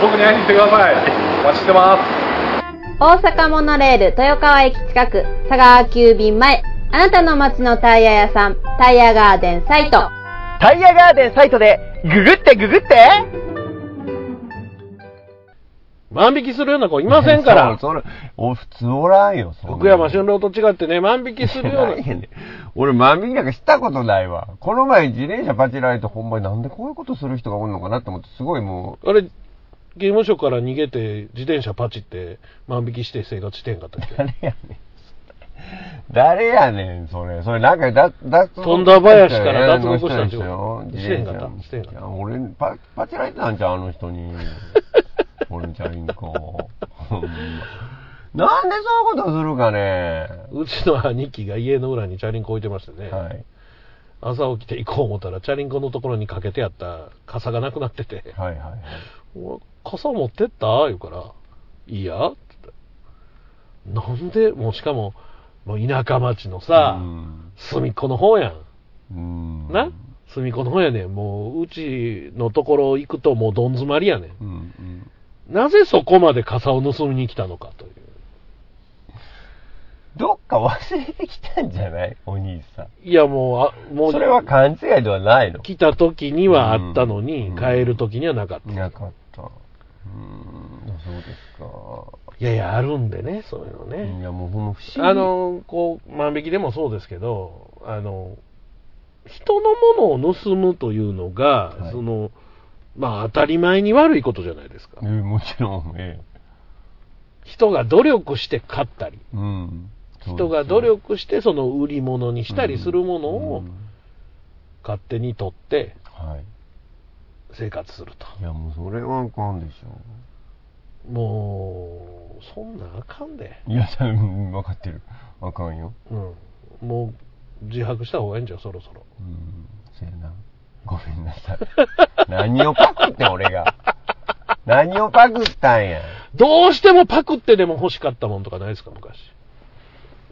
Speaker 7: 僕に会いに来てくださいお待ちしてます
Speaker 8: 大阪モノレール豊川駅近く佐川急便前あなたの街のタイヤ屋さんタイヤガーデンサイト
Speaker 6: タイヤガーデンサイトでググってググって
Speaker 2: 万引きするような子いませんから
Speaker 1: そうそれ、お、普通おらんよ、そんな
Speaker 2: 奥山俊郎と違ってね万引きするような
Speaker 1: 何やねん [laughs] 俺、万引きなんかしたことないわ。この前、自転車パチられて、ほんまになんでこういうことする人がおるのかなって思って、すごいも
Speaker 2: あれ、刑務所から逃げて、自転車パチって、万引きして生活してんかったっ
Speaker 1: う、
Speaker 2: け
Speaker 1: 誰やねん。誰やねん、それ。それ、なんか、だ、だ、
Speaker 2: 富田林から脱獄したんちゃう
Speaker 1: 自
Speaker 2: してへん
Speaker 1: 転
Speaker 2: かったしてへんかった
Speaker 1: 車。いや俺、パ、パチられてたんちゃうあの人に。 [laughs] 俺んちゃいんか。ほんまなんでそういうことするかね。
Speaker 2: うちの兄貴が家の裏にチャリンコ置いてましてね、
Speaker 1: はい。
Speaker 2: 朝起きて行こう思ったら、チャリンコのところにかけてあった傘がなくなってて、
Speaker 1: はいはいはい。
Speaker 2: お傘持ってった言うから、いやって言ってなんで、もうしかも、もう田舎町のさ、
Speaker 1: うん
Speaker 2: 隅っこの方やん。
Speaker 1: うん。
Speaker 2: な隅っこの方やねん。もう、うちのところ行くともうどん詰まりやね
Speaker 1: う
Speaker 2: ん。
Speaker 1: んうん。
Speaker 2: なぜそこまで傘を盗みに来たのかという。
Speaker 1: どっか忘れてきたんじゃないお兄さん。
Speaker 2: いやもう、あもう
Speaker 1: それは勘違いではないの。
Speaker 2: 来た時にはあったのに、
Speaker 1: うん
Speaker 2: 帰る時にはなかった。
Speaker 1: いなかった。うーん、そうですか。
Speaker 2: いやいや、あるんでね、そういうのね。
Speaker 1: いや、もうほんま不思議。
Speaker 2: あ、の、こう、万引きでもそうですけど、あの、人のものを盗むというのが、
Speaker 1: はい
Speaker 2: その、まあ当たり前に悪いことじゃないですか
Speaker 1: え。もちろん、え
Speaker 2: 人が努力して買ったり、
Speaker 1: え。うん。そうです
Speaker 2: 人が努力してその売り物にしたりするものを
Speaker 1: うん
Speaker 2: 勝手に取って
Speaker 1: はい。
Speaker 2: 生活すると。
Speaker 1: いや、もうそれはあかんでしょ
Speaker 2: もう、そんなんあかんで。
Speaker 1: う。いや、多分分かってる。あかんよ。
Speaker 2: うん。もう、自白した方がいいんじゃん、そろそろ。
Speaker 1: うん。せやな。ごめんなさい。何をパクってん俺が。何をパクったんや。
Speaker 2: どうしてもパクってでも欲しかったもんとかないですか、昔。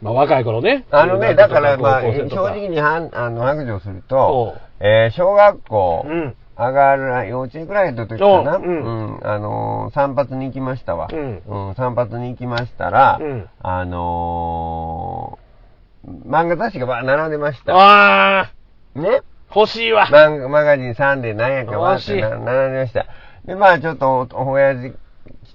Speaker 2: まあ、若い頃ね。
Speaker 1: あのね、だからまあ、
Speaker 2: 高校
Speaker 1: 正
Speaker 2: 生とか
Speaker 1: 直にはんあの白状すると
Speaker 2: そ、
Speaker 1: えー小学校、
Speaker 2: うん。
Speaker 1: 上がる、幼稚園くらいの時かな、
Speaker 2: お
Speaker 1: う
Speaker 2: うう
Speaker 1: ん、
Speaker 2: ん
Speaker 1: あのー散髪に行きましたわ。
Speaker 2: うん
Speaker 1: うん、散髪に行きましたら、
Speaker 2: うん
Speaker 1: あのー漫画雑誌がばー並んでました。
Speaker 2: あ
Speaker 1: ね
Speaker 2: ー、欲しいわ。
Speaker 1: マンマガジン3で何やかわーってな
Speaker 2: 惜
Speaker 1: 並んでました。で、まあちょっとお、お親父、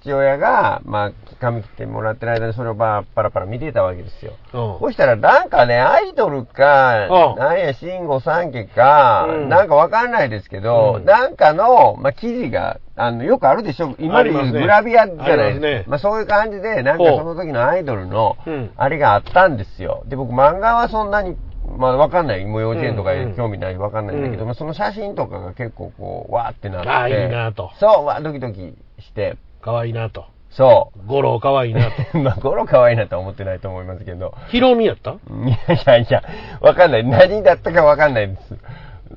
Speaker 1: 父親が、まあ、髪切ってもらってる間にそれをばパラパラ見てたわけですよ。
Speaker 2: うん
Speaker 1: そしたら、なんかね、アイドルか
Speaker 2: うん、
Speaker 1: なんや、慎吾三家か
Speaker 2: う、ん
Speaker 1: なんかわかんないですけ
Speaker 2: う
Speaker 1: ど
Speaker 2: ん、
Speaker 1: なんかの、まあ、記事が、あの、よくあるでしょ今で
Speaker 2: あり
Speaker 1: 言
Speaker 2: ま
Speaker 1: う
Speaker 2: すね
Speaker 1: グラビアじゃない
Speaker 2: あ
Speaker 1: で
Speaker 2: りますす
Speaker 1: か
Speaker 2: ね
Speaker 1: まあ、そういう感じで、なんか
Speaker 2: ほう
Speaker 1: その時のアイドルの
Speaker 2: うん、
Speaker 1: あれがあったんですよ。で、僕、漫画はそんなに、まあ、わかんない。もう幼稚園とか
Speaker 2: うんうん
Speaker 1: 興味ないわかんないんだけ
Speaker 2: う
Speaker 1: ど、
Speaker 2: ん
Speaker 1: まあ、その写真とかが結構こう、わーってなって。
Speaker 2: あーいいなと
Speaker 1: そう、わー、ドキドキして。
Speaker 2: かわいいなと。
Speaker 1: そ
Speaker 2: 五郎かわい
Speaker 1: [laughs]
Speaker 2: いなと。
Speaker 1: う。 [laughs] まあ、ゴロ可愛いなとは思ってないと思いますけど。
Speaker 2: ヒロミやった
Speaker 1: いやいやいや、わかんない。何だったかわかんないです。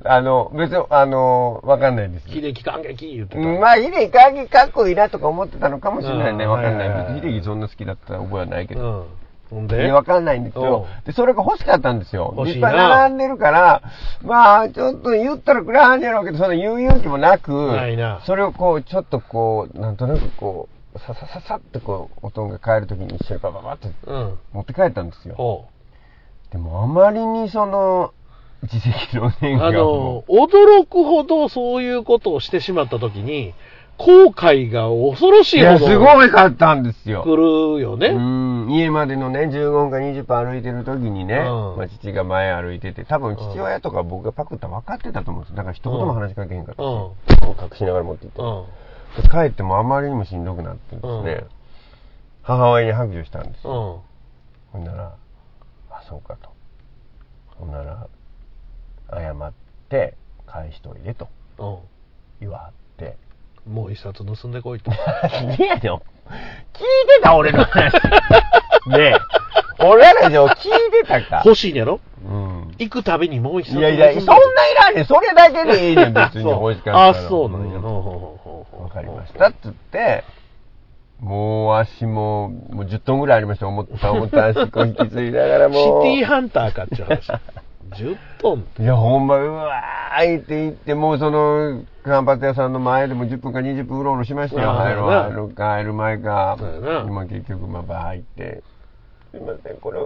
Speaker 1: あの、別に、あの、わかんないです。
Speaker 2: 秀樹感激言ってた。
Speaker 1: まあ、ヒデカギかっこいいなとか思ってたのかもしれないね。
Speaker 2: うん
Speaker 1: わかん
Speaker 2: はいはい
Speaker 1: な
Speaker 2: はい
Speaker 1: い。ヒデギそんな好きだった覚えはないけ
Speaker 2: う
Speaker 1: ど。
Speaker 2: ん。ほん
Speaker 1: い
Speaker 2: で
Speaker 1: やわかんないんですよ
Speaker 2: う。
Speaker 1: で、それが欲しかったんですよ。
Speaker 2: 欲しい
Speaker 1: 実
Speaker 2: な
Speaker 1: 際並んでるから、まあ、ちょっと言ったらくらはんやろうけど、そんな言う勇気もなく、
Speaker 2: ないな
Speaker 1: それをこう、ちょっとこう、なんとなくこう、ささささってこう、音が変えるときに一緒にバババって
Speaker 2: うん。
Speaker 1: 持って帰ったんですよ。
Speaker 2: ほ
Speaker 1: でもあまりにその自責の
Speaker 2: う。
Speaker 1: 念が
Speaker 2: あ
Speaker 1: も
Speaker 2: の、驚くほどそういうことをしてしまったときに、後悔が恐ろ
Speaker 1: う
Speaker 2: し
Speaker 1: い
Speaker 2: いほ
Speaker 1: や
Speaker 2: ど。
Speaker 1: すごいかったんですよ。
Speaker 2: 来るよね。
Speaker 1: うん家までのね15分か20分歩いてる時にね、
Speaker 2: うん
Speaker 1: まあ、父が前歩いてて多分父親とか僕がパクったの分かってたと思うんですよだから一言も話しかけへんかった、
Speaker 2: うん。
Speaker 1: 隠しながら持って行って、
Speaker 2: うん。
Speaker 1: 帰ってもあまりにもしんどくなってですね、
Speaker 2: うん
Speaker 1: 母親に白状したんです
Speaker 2: う
Speaker 1: よ、ほ
Speaker 2: ん。
Speaker 1: んならあそうかとほんなら謝って返しといでと
Speaker 2: う
Speaker 1: 言わはって
Speaker 2: ん。もう一冊盗んでこいと。
Speaker 1: 何でやねん聞 [laughs] いてた俺の話 [laughs] ねえ俺らじゃ聞いてたか
Speaker 2: 欲しいんやろ
Speaker 1: うん
Speaker 2: 行くたびにもう一冊
Speaker 1: いやいや、そんないらんねん。それだけでいいねん、別に。美味しかったら
Speaker 2: あ、そうなんや。
Speaker 1: う
Speaker 2: ほうほうほうほう
Speaker 1: わかりました。っつって、もう足も、もう10トンぐらいありました。思った思った足、こう引き継いだから
Speaker 2: シテ
Speaker 1: もう。
Speaker 2: ィハンターかっちゅう話。10トン。
Speaker 1: いや、ほんま、うわーいって言って、もうその、間髪屋さんの前でも10分か20分うろうろしましたよ。
Speaker 2: ああ
Speaker 1: 入る、
Speaker 2: そうやな
Speaker 1: 入るか、入る前か
Speaker 2: そうやな。
Speaker 1: 今結局、まあ、バー入って、すいません、これ、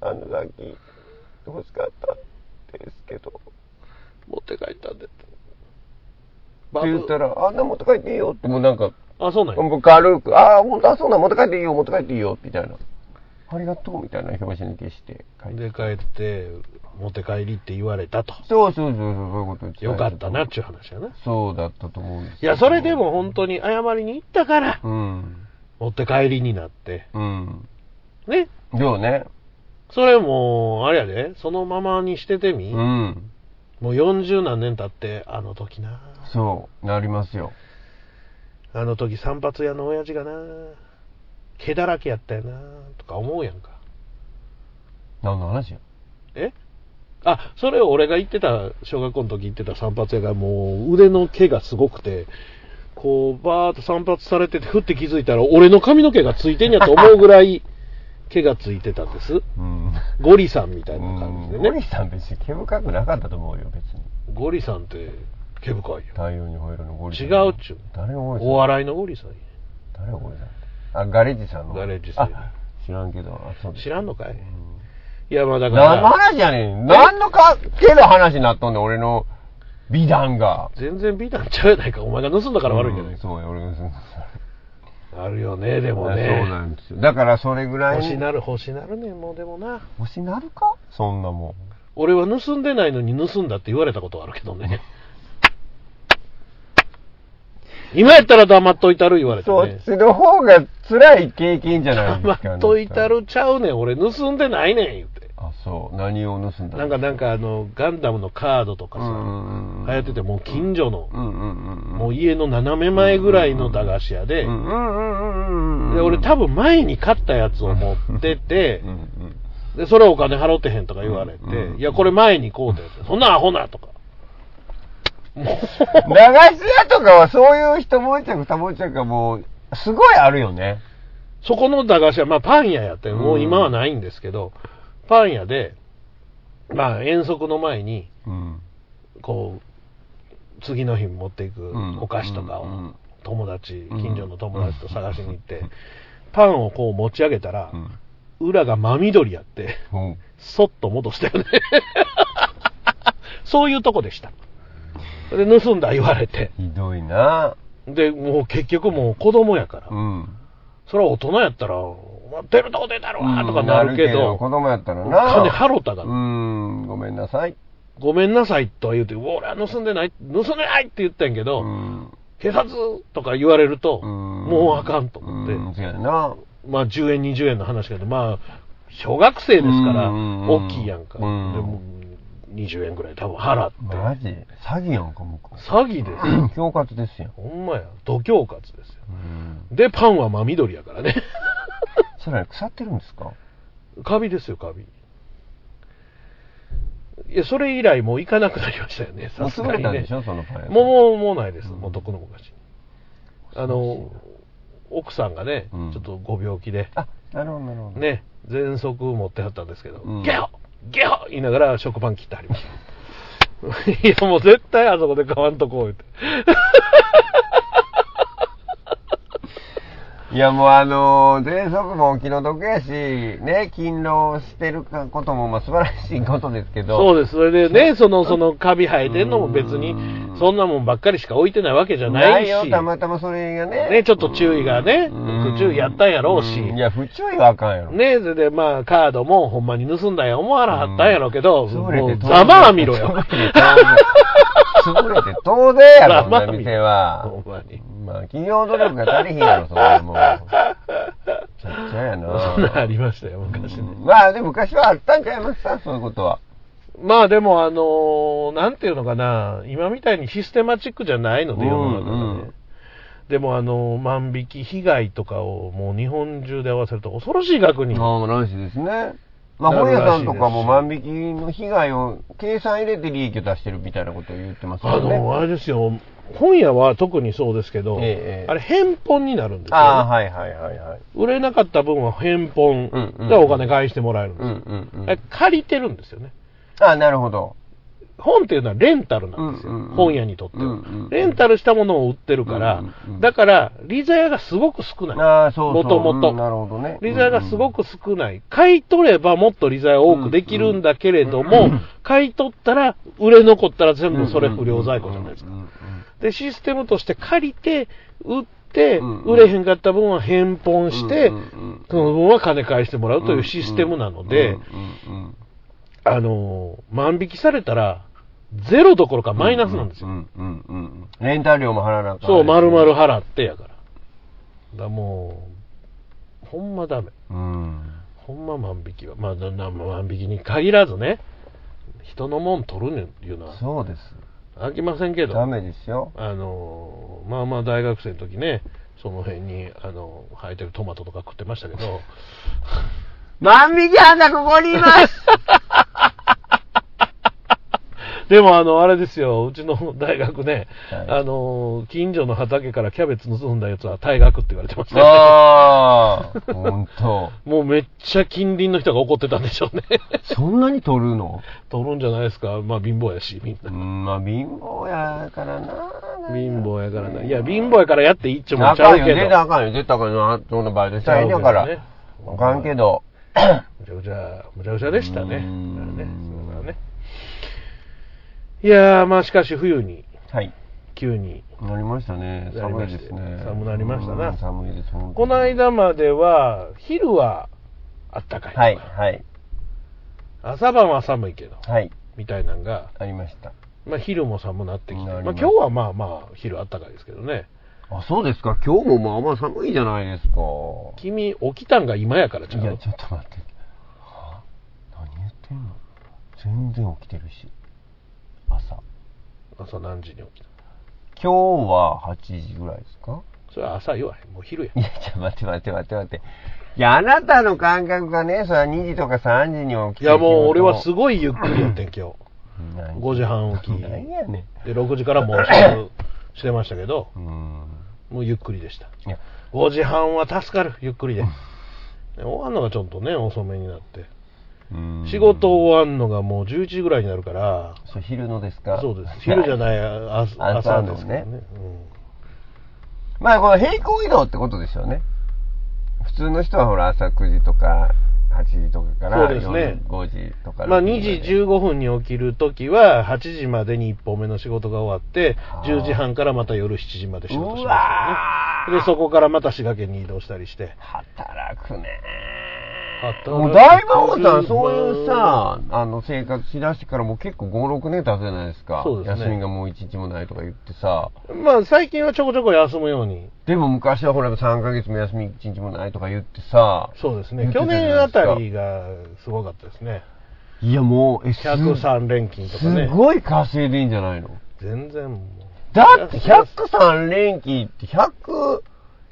Speaker 1: あの、さっき、欲しかったですけど、
Speaker 2: 持って帰ったんで。
Speaker 1: っ
Speaker 2: バ
Speaker 1: て言った
Speaker 2: ブ。
Speaker 1: ら、あんな持って帰っていいよって、もうなんか、
Speaker 2: あ、そうなんや。
Speaker 1: もう軽く、ああ、本当あ、そうなん、持って帰っていいよ、持って帰っていいよ、みたいな。ありがとう、みたいな表紙に消して書いて。
Speaker 2: で、帰って、持って帰りって言われたと。
Speaker 1: そうそうそう、そういうことです
Speaker 2: よかったなっちゅう話やな。
Speaker 1: そうだったと思うんです
Speaker 2: い
Speaker 1: けど
Speaker 2: や、それで。も本当に謝りに行ったから、
Speaker 1: うん。
Speaker 2: 持って帰りになって。
Speaker 1: うん。
Speaker 2: ね。
Speaker 1: そうね。
Speaker 2: それもう、あれやで、そのままにしててみ。
Speaker 1: うん。
Speaker 2: もう40何年経って、あの時な。
Speaker 1: そう、なりますよ。
Speaker 2: あの時散髪屋の親父がな、毛だらけやったよな、とか思うやんか。
Speaker 1: 何の話や。
Speaker 2: えあ、それを俺が行ってた、小学校の時行ってた散髪屋がもう腕の毛がすごくて、こうバーっと散髪されてて、ふって気づいたら俺の髪の毛がついてんやと思うぐらい毛がついてたんです。
Speaker 1: うん。
Speaker 2: ゴリさんみた
Speaker 1: う
Speaker 2: いな感じで
Speaker 1: ん。
Speaker 2: ね。
Speaker 1: ゴリさん別に毛深くなかったと思うよ、別に。
Speaker 2: ゴリさんって毛深いよ。
Speaker 1: 太陽に吠えるのゴリさん。
Speaker 2: 違うっちゅう
Speaker 1: 誰がゴリさん
Speaker 2: お笑いのゴリさんや
Speaker 1: 誰がゴリさんってあ、ガレージさんの。
Speaker 2: ガレージさん
Speaker 1: あ知らんけど。あそうです
Speaker 2: 知らんのかい
Speaker 1: うん
Speaker 2: いや、まあだか
Speaker 1: 何の
Speaker 2: ら、
Speaker 1: 話やねん。何のかけの話になっとんねん、俺の美談が。
Speaker 2: 全然美談ちゃうやないか。お前が盗んだから悪いんじゃな
Speaker 1: う
Speaker 2: い
Speaker 1: んそうや、俺がそう
Speaker 2: あるよね、でもね。
Speaker 1: そうなんですよ。だからそれぐらいに。
Speaker 2: 欲しなる欲しなるねもうでもな
Speaker 1: 星なるかそんなも
Speaker 2: 俺は盗んでないのに盗んだって言われたことはあるけ
Speaker 1: [laughs]
Speaker 2: どね今やったら黙っといたる言わ
Speaker 1: ん。
Speaker 2: れた
Speaker 1: そ
Speaker 2: ね
Speaker 1: っちの方が辛い経験じゃないですか。
Speaker 2: 黙っといたるちゃうねん俺盗んでないねん言って
Speaker 1: あ、そう。何を盗んだ
Speaker 2: なんかなん
Speaker 1: か、
Speaker 2: かあのガンダムのカードとか
Speaker 1: う
Speaker 2: さ、
Speaker 1: んうん。
Speaker 2: 流行っててもう近所の、
Speaker 1: うんうんうんうん。
Speaker 2: もう家の斜め前ぐらいの駄菓子屋で,、
Speaker 1: うんうんうんうんうん。
Speaker 2: で俺多
Speaker 1: 分、
Speaker 2: 分前に買ったやつを持ってて、
Speaker 1: うんうん。
Speaker 2: で、それお金払ってへんとか言われて、
Speaker 1: うんうん
Speaker 2: いや、これ前にこうて、そんなアホなとか。も
Speaker 1: 流し屋とかはそういう人もち着、たもち着がもう、すごいあるよね。
Speaker 2: う、そこの駄菓子は、まあパン屋やって、もう今はないんですけど、パン屋で、まあ遠足の前に、
Speaker 1: うん。
Speaker 2: こう、次の日持っていく
Speaker 1: うん
Speaker 2: お菓子とかを
Speaker 1: うん
Speaker 2: 友達、
Speaker 1: うん
Speaker 2: 近所の友達と探しに行って
Speaker 1: うん、
Speaker 2: パンをこう持ち上げたら
Speaker 1: う、ん。
Speaker 2: 裏が真緑やって、
Speaker 1: うん
Speaker 2: そっと戻したよね。そういうとこでした。で、盗んだ言われて。
Speaker 1: ひどいな
Speaker 2: で、もう結局もう子供やから。
Speaker 1: うん。
Speaker 2: それは大人やったら、お前出るとこ出たろわとかなるけ
Speaker 1: うん
Speaker 2: ど、
Speaker 1: 子供やったらな
Speaker 2: 金払ったから、
Speaker 1: うん、ごめんなさい。
Speaker 2: ごめんなさいとは言うて、俺は盗んでない、盗んでないって言ったんやけ
Speaker 1: う
Speaker 2: ど、
Speaker 1: ん。
Speaker 2: 警察とか言われると、もうあかんと思
Speaker 1: うん、
Speaker 2: って、
Speaker 1: そうやな。
Speaker 2: まあ10円、20円の話けど、まあ、小学生ですから、
Speaker 1: うん
Speaker 2: 大きいやんか。で
Speaker 1: うん
Speaker 2: も20円ぐらい多分払って。
Speaker 1: マジ詐欺やんか、向こ
Speaker 2: [clears throat]
Speaker 1: う。
Speaker 2: 詐欺ですよ。
Speaker 1: [clears throat] 恐喝ですやん。
Speaker 2: ほんまや。度胸活ですよ。
Speaker 1: うん。
Speaker 2: で、パンは真緑やか
Speaker 1: [laughs]
Speaker 2: らね。
Speaker 1: さらに腐ってるんですか
Speaker 2: カビですよ、カビ。いや、それ以来もう行かなくなりましたよね、
Speaker 1: も
Speaker 2: さ
Speaker 1: う
Speaker 2: す
Speaker 1: 潰
Speaker 2: が
Speaker 1: れ
Speaker 2: に
Speaker 1: たん
Speaker 2: ね
Speaker 1: でし。ょ、そのパン屋さん
Speaker 2: もう、もう、もうないです、
Speaker 1: うん
Speaker 2: もうどこの昔に。あの、奥さんがね、
Speaker 1: うん
Speaker 2: ちょっとご病気で、
Speaker 1: あ、なるほど、なるほど。。
Speaker 2: ね、喘息持ってはったんですけど、
Speaker 1: うん
Speaker 2: ゲホゲホ言いながら食パン切っては
Speaker 1: [laughs]
Speaker 2: りました。いや、もう絶対あそこで買わんとこう言って。
Speaker 1: いや、もうあのー、喘息もお気の毒やし、ね、勤労してることも、まあ、素晴らしいことですけど。
Speaker 2: そう
Speaker 1: う
Speaker 2: です、それでね、その、その、カビ生えてんのも別に
Speaker 1: うん、
Speaker 2: そんなもんばっかりしか置いてないわけじゃ
Speaker 1: な
Speaker 2: ないいし。
Speaker 1: よ、たまたまそれがね。
Speaker 2: ねちょっと注意がね不注意やったんやろうし
Speaker 1: んいや、不注意はあかんやろ。
Speaker 2: ねえ、それでまあ、カードもほんまに盗んだんや思わなかったんやろうけど、
Speaker 1: 潰れ
Speaker 2: も
Speaker 1: て
Speaker 2: う
Speaker 1: 当
Speaker 2: ざ
Speaker 1: 然
Speaker 2: まあ見ろよ。
Speaker 1: 潰れて当然潰れて当然やろ、こん
Speaker 2: ざまあ
Speaker 1: な
Speaker 2: 見ろ
Speaker 1: 店は。
Speaker 2: ほんまに
Speaker 1: う。んまあ、企業努力が足りひんやろ、それもう。ちゃっちゃやな。
Speaker 2: そんなんありましたよ、昔ね。
Speaker 1: まあ、でも昔はあったんちゃいますか、そういうことは。
Speaker 2: まあでも、あのーなんていうのかな、今みたいにシステマチックじゃないの
Speaker 1: う
Speaker 2: で、
Speaker 1: ん
Speaker 2: 世の中がね。
Speaker 1: うん
Speaker 2: でも、あのー万引き被害とかをもう日本中で合わせると恐ろしい額に。
Speaker 1: ああ、らしいですね。まあ、
Speaker 2: なる
Speaker 1: 本屋
Speaker 2: らしいです
Speaker 1: さんとかも万引きの被害を計算入れて利益を出してるみたいなことを言ってます
Speaker 2: あ
Speaker 1: よね。
Speaker 2: のーあれですよ、本屋は特にそうですけど、
Speaker 1: ええ
Speaker 2: あれ、返本になるんですよ、ね
Speaker 1: ああ、はいはいはいはい。
Speaker 2: 売れなかった分は返本
Speaker 1: うんうん
Speaker 2: がお金返してもらえるんです
Speaker 1: う
Speaker 2: よ
Speaker 1: んうんうん。
Speaker 2: あれ借りてるんですよね。
Speaker 1: ああ、なるほど。
Speaker 2: 本っていうのはレンタルなんですよ、
Speaker 1: うんうんうん
Speaker 2: 本屋にとっては、
Speaker 1: うんうん
Speaker 2: レンタルしたものを売ってるから、
Speaker 1: うんうんうん
Speaker 2: だから、利ざやがすごく少ない、
Speaker 1: ああ、そうそう。
Speaker 2: もともと
Speaker 1: うんなるほどね。
Speaker 2: 利ざやがすご
Speaker 1: く。
Speaker 2: く少ない、買い取ればもっと利ざや多くできるんだけれども、買い取ったら、売れ残ったら全部それ不良在庫じゃないですか。
Speaker 1: うんうんうん
Speaker 2: で、システムとして借りて、売って、
Speaker 1: うんうん
Speaker 2: 売れへんかった分は返本して、
Speaker 1: うんうん
Speaker 2: その分は金返してもらうというシステムなの
Speaker 1: う
Speaker 2: で、
Speaker 1: んうんうん
Speaker 2: あのー万引きされたら、ゼロどころかマイナスなんですよ。
Speaker 1: うんうんうんうんレンタル料も払わなあかん
Speaker 2: そう、丸々払ってやから。だからもう、ほんまダメ。
Speaker 1: うん
Speaker 2: ほんま万引きは。まあ、なな万引きに限らずね、人のもん取るいうのは
Speaker 1: そうです
Speaker 2: あきませんけど、
Speaker 1: ダメです
Speaker 2: [laughs]
Speaker 1: よ
Speaker 2: あのーまあまあ大学生の時ね、その辺に、あのー生えてるトマトとか食ってました
Speaker 1: [laughs]
Speaker 2: けど、
Speaker 6: 万引き犯がここにいます [laughs]
Speaker 2: でも、あの、あれですよ、うちの大学ね、
Speaker 1: はい
Speaker 2: あのー近所の畑からキャベツ盗んだやつは退学って言われてましたよ
Speaker 1: ああ本当
Speaker 2: もうめっちゃ近隣の人が怒ってたんでしょうね。
Speaker 1: [laughs] そんなに取るの
Speaker 2: 取るんじゃないですか。まあ貧乏やし、みん
Speaker 1: う
Speaker 2: な。
Speaker 1: んまあ貧乏やからな
Speaker 2: 貧乏やからな。いや、貧乏やからやって一丁も
Speaker 1: あ
Speaker 2: んちゃ
Speaker 1: かん
Speaker 2: う
Speaker 1: よ
Speaker 2: け
Speaker 1: 出
Speaker 2: ど。
Speaker 1: たらあかんよ出たらあかんよそんなバイトしたらええんやから
Speaker 2: ちゃうけどね
Speaker 1: あかんけど
Speaker 2: むちゃくちゃ、むちゃくちゃでした
Speaker 1: う
Speaker 2: ね。だか
Speaker 1: ん
Speaker 2: らね。そうだね。いやー、まあしかし冬に、
Speaker 1: はい
Speaker 2: 急に。
Speaker 1: なりましたね
Speaker 2: なり
Speaker 1: 寒
Speaker 2: ま
Speaker 1: い
Speaker 2: し
Speaker 1: で
Speaker 2: て
Speaker 1: すね
Speaker 2: 寒なりましたな
Speaker 1: うん寒いです本当に
Speaker 2: この間までは、昼はあったかいとか、
Speaker 1: はいはい
Speaker 2: 朝晩は寒いけど、
Speaker 1: はい
Speaker 2: みたいなんが、
Speaker 1: ありました
Speaker 2: まあ昼も寒なってきて、
Speaker 1: な
Speaker 2: ま
Speaker 1: り
Speaker 2: あ今
Speaker 1: ます
Speaker 2: 日はまあまあ昼あったかいですけどね。
Speaker 1: あ、そうですか。今日もまあまあ寒いじゃないですか。
Speaker 2: 君、起きたんが今やからちゃ
Speaker 1: いや、
Speaker 2: う
Speaker 1: ちょっと待って。はあ何言ってんの全然起きてるし。朝。
Speaker 2: 朝何時に起きた
Speaker 1: 今日は8時ぐらいですか
Speaker 2: それは朝言わへん。もう昼や。
Speaker 1: いや、ちょっと待って待って待って待って。いや、あなたの感覚がね、それは2時とか3時に起き
Speaker 2: い
Speaker 1: て
Speaker 2: やもう俺はす
Speaker 1: ご
Speaker 2: ごいゆっくりやってん今日。
Speaker 1: 何
Speaker 2: 5時半起き。
Speaker 1: 何やねん。
Speaker 2: で、6時からもう集中してましたけど、
Speaker 1: うん。
Speaker 2: もうゆっくりでした。
Speaker 1: いや、
Speaker 2: 5時半は助かる、ゆっくりで。で終わんのがちょっとね、遅めになって。
Speaker 1: うん
Speaker 2: 仕事終わんのがもう11時ぐらいになるから、
Speaker 1: そう、昼のですか
Speaker 2: そうです。昼じゃ
Speaker 1: い。
Speaker 2: ない、あ朝
Speaker 1: 朝の
Speaker 2: 朝
Speaker 1: ね
Speaker 2: ですからね。
Speaker 1: [laughs] まあ、この平行移動ってことですよね。普通の人はほら、朝9時とか、8時とかから、
Speaker 2: そうですね
Speaker 1: 5時と
Speaker 2: う
Speaker 1: か、
Speaker 2: ん、まあ
Speaker 1: 6
Speaker 2: 2時15分に起きるときは、8時までに1本目の仕事が終わって
Speaker 1: あ、ー
Speaker 2: 10時半からまた夜7時まで仕
Speaker 1: う
Speaker 2: 事しますよね。
Speaker 1: わー
Speaker 2: で、そこからまた滋賀県に移動したりして。
Speaker 1: 働くね
Speaker 2: 働く
Speaker 1: もう大魔王さん、そういうさ、あの、生活しだしてからもう結構5、6年経つじゃないですか。
Speaker 2: そうですね
Speaker 1: 休みがもう1日もないとか言ってさ。
Speaker 2: まあ、最近はちょこちょこ休むように。
Speaker 1: でも昔はほら、3ヶ月も休み1日もないとか言ってさ。
Speaker 2: そうです
Speaker 1: 言
Speaker 2: ね。
Speaker 1: ってたじ
Speaker 2: 去
Speaker 1: ゃない
Speaker 2: 年
Speaker 1: です
Speaker 2: あ
Speaker 1: か
Speaker 2: たりがすごかったですね。
Speaker 1: いや、もう、え、す
Speaker 2: 103連勤とか
Speaker 1: す
Speaker 2: ね。
Speaker 1: ごい稼いでいいんじゃないの
Speaker 2: 全然も
Speaker 1: だって103連勤って100、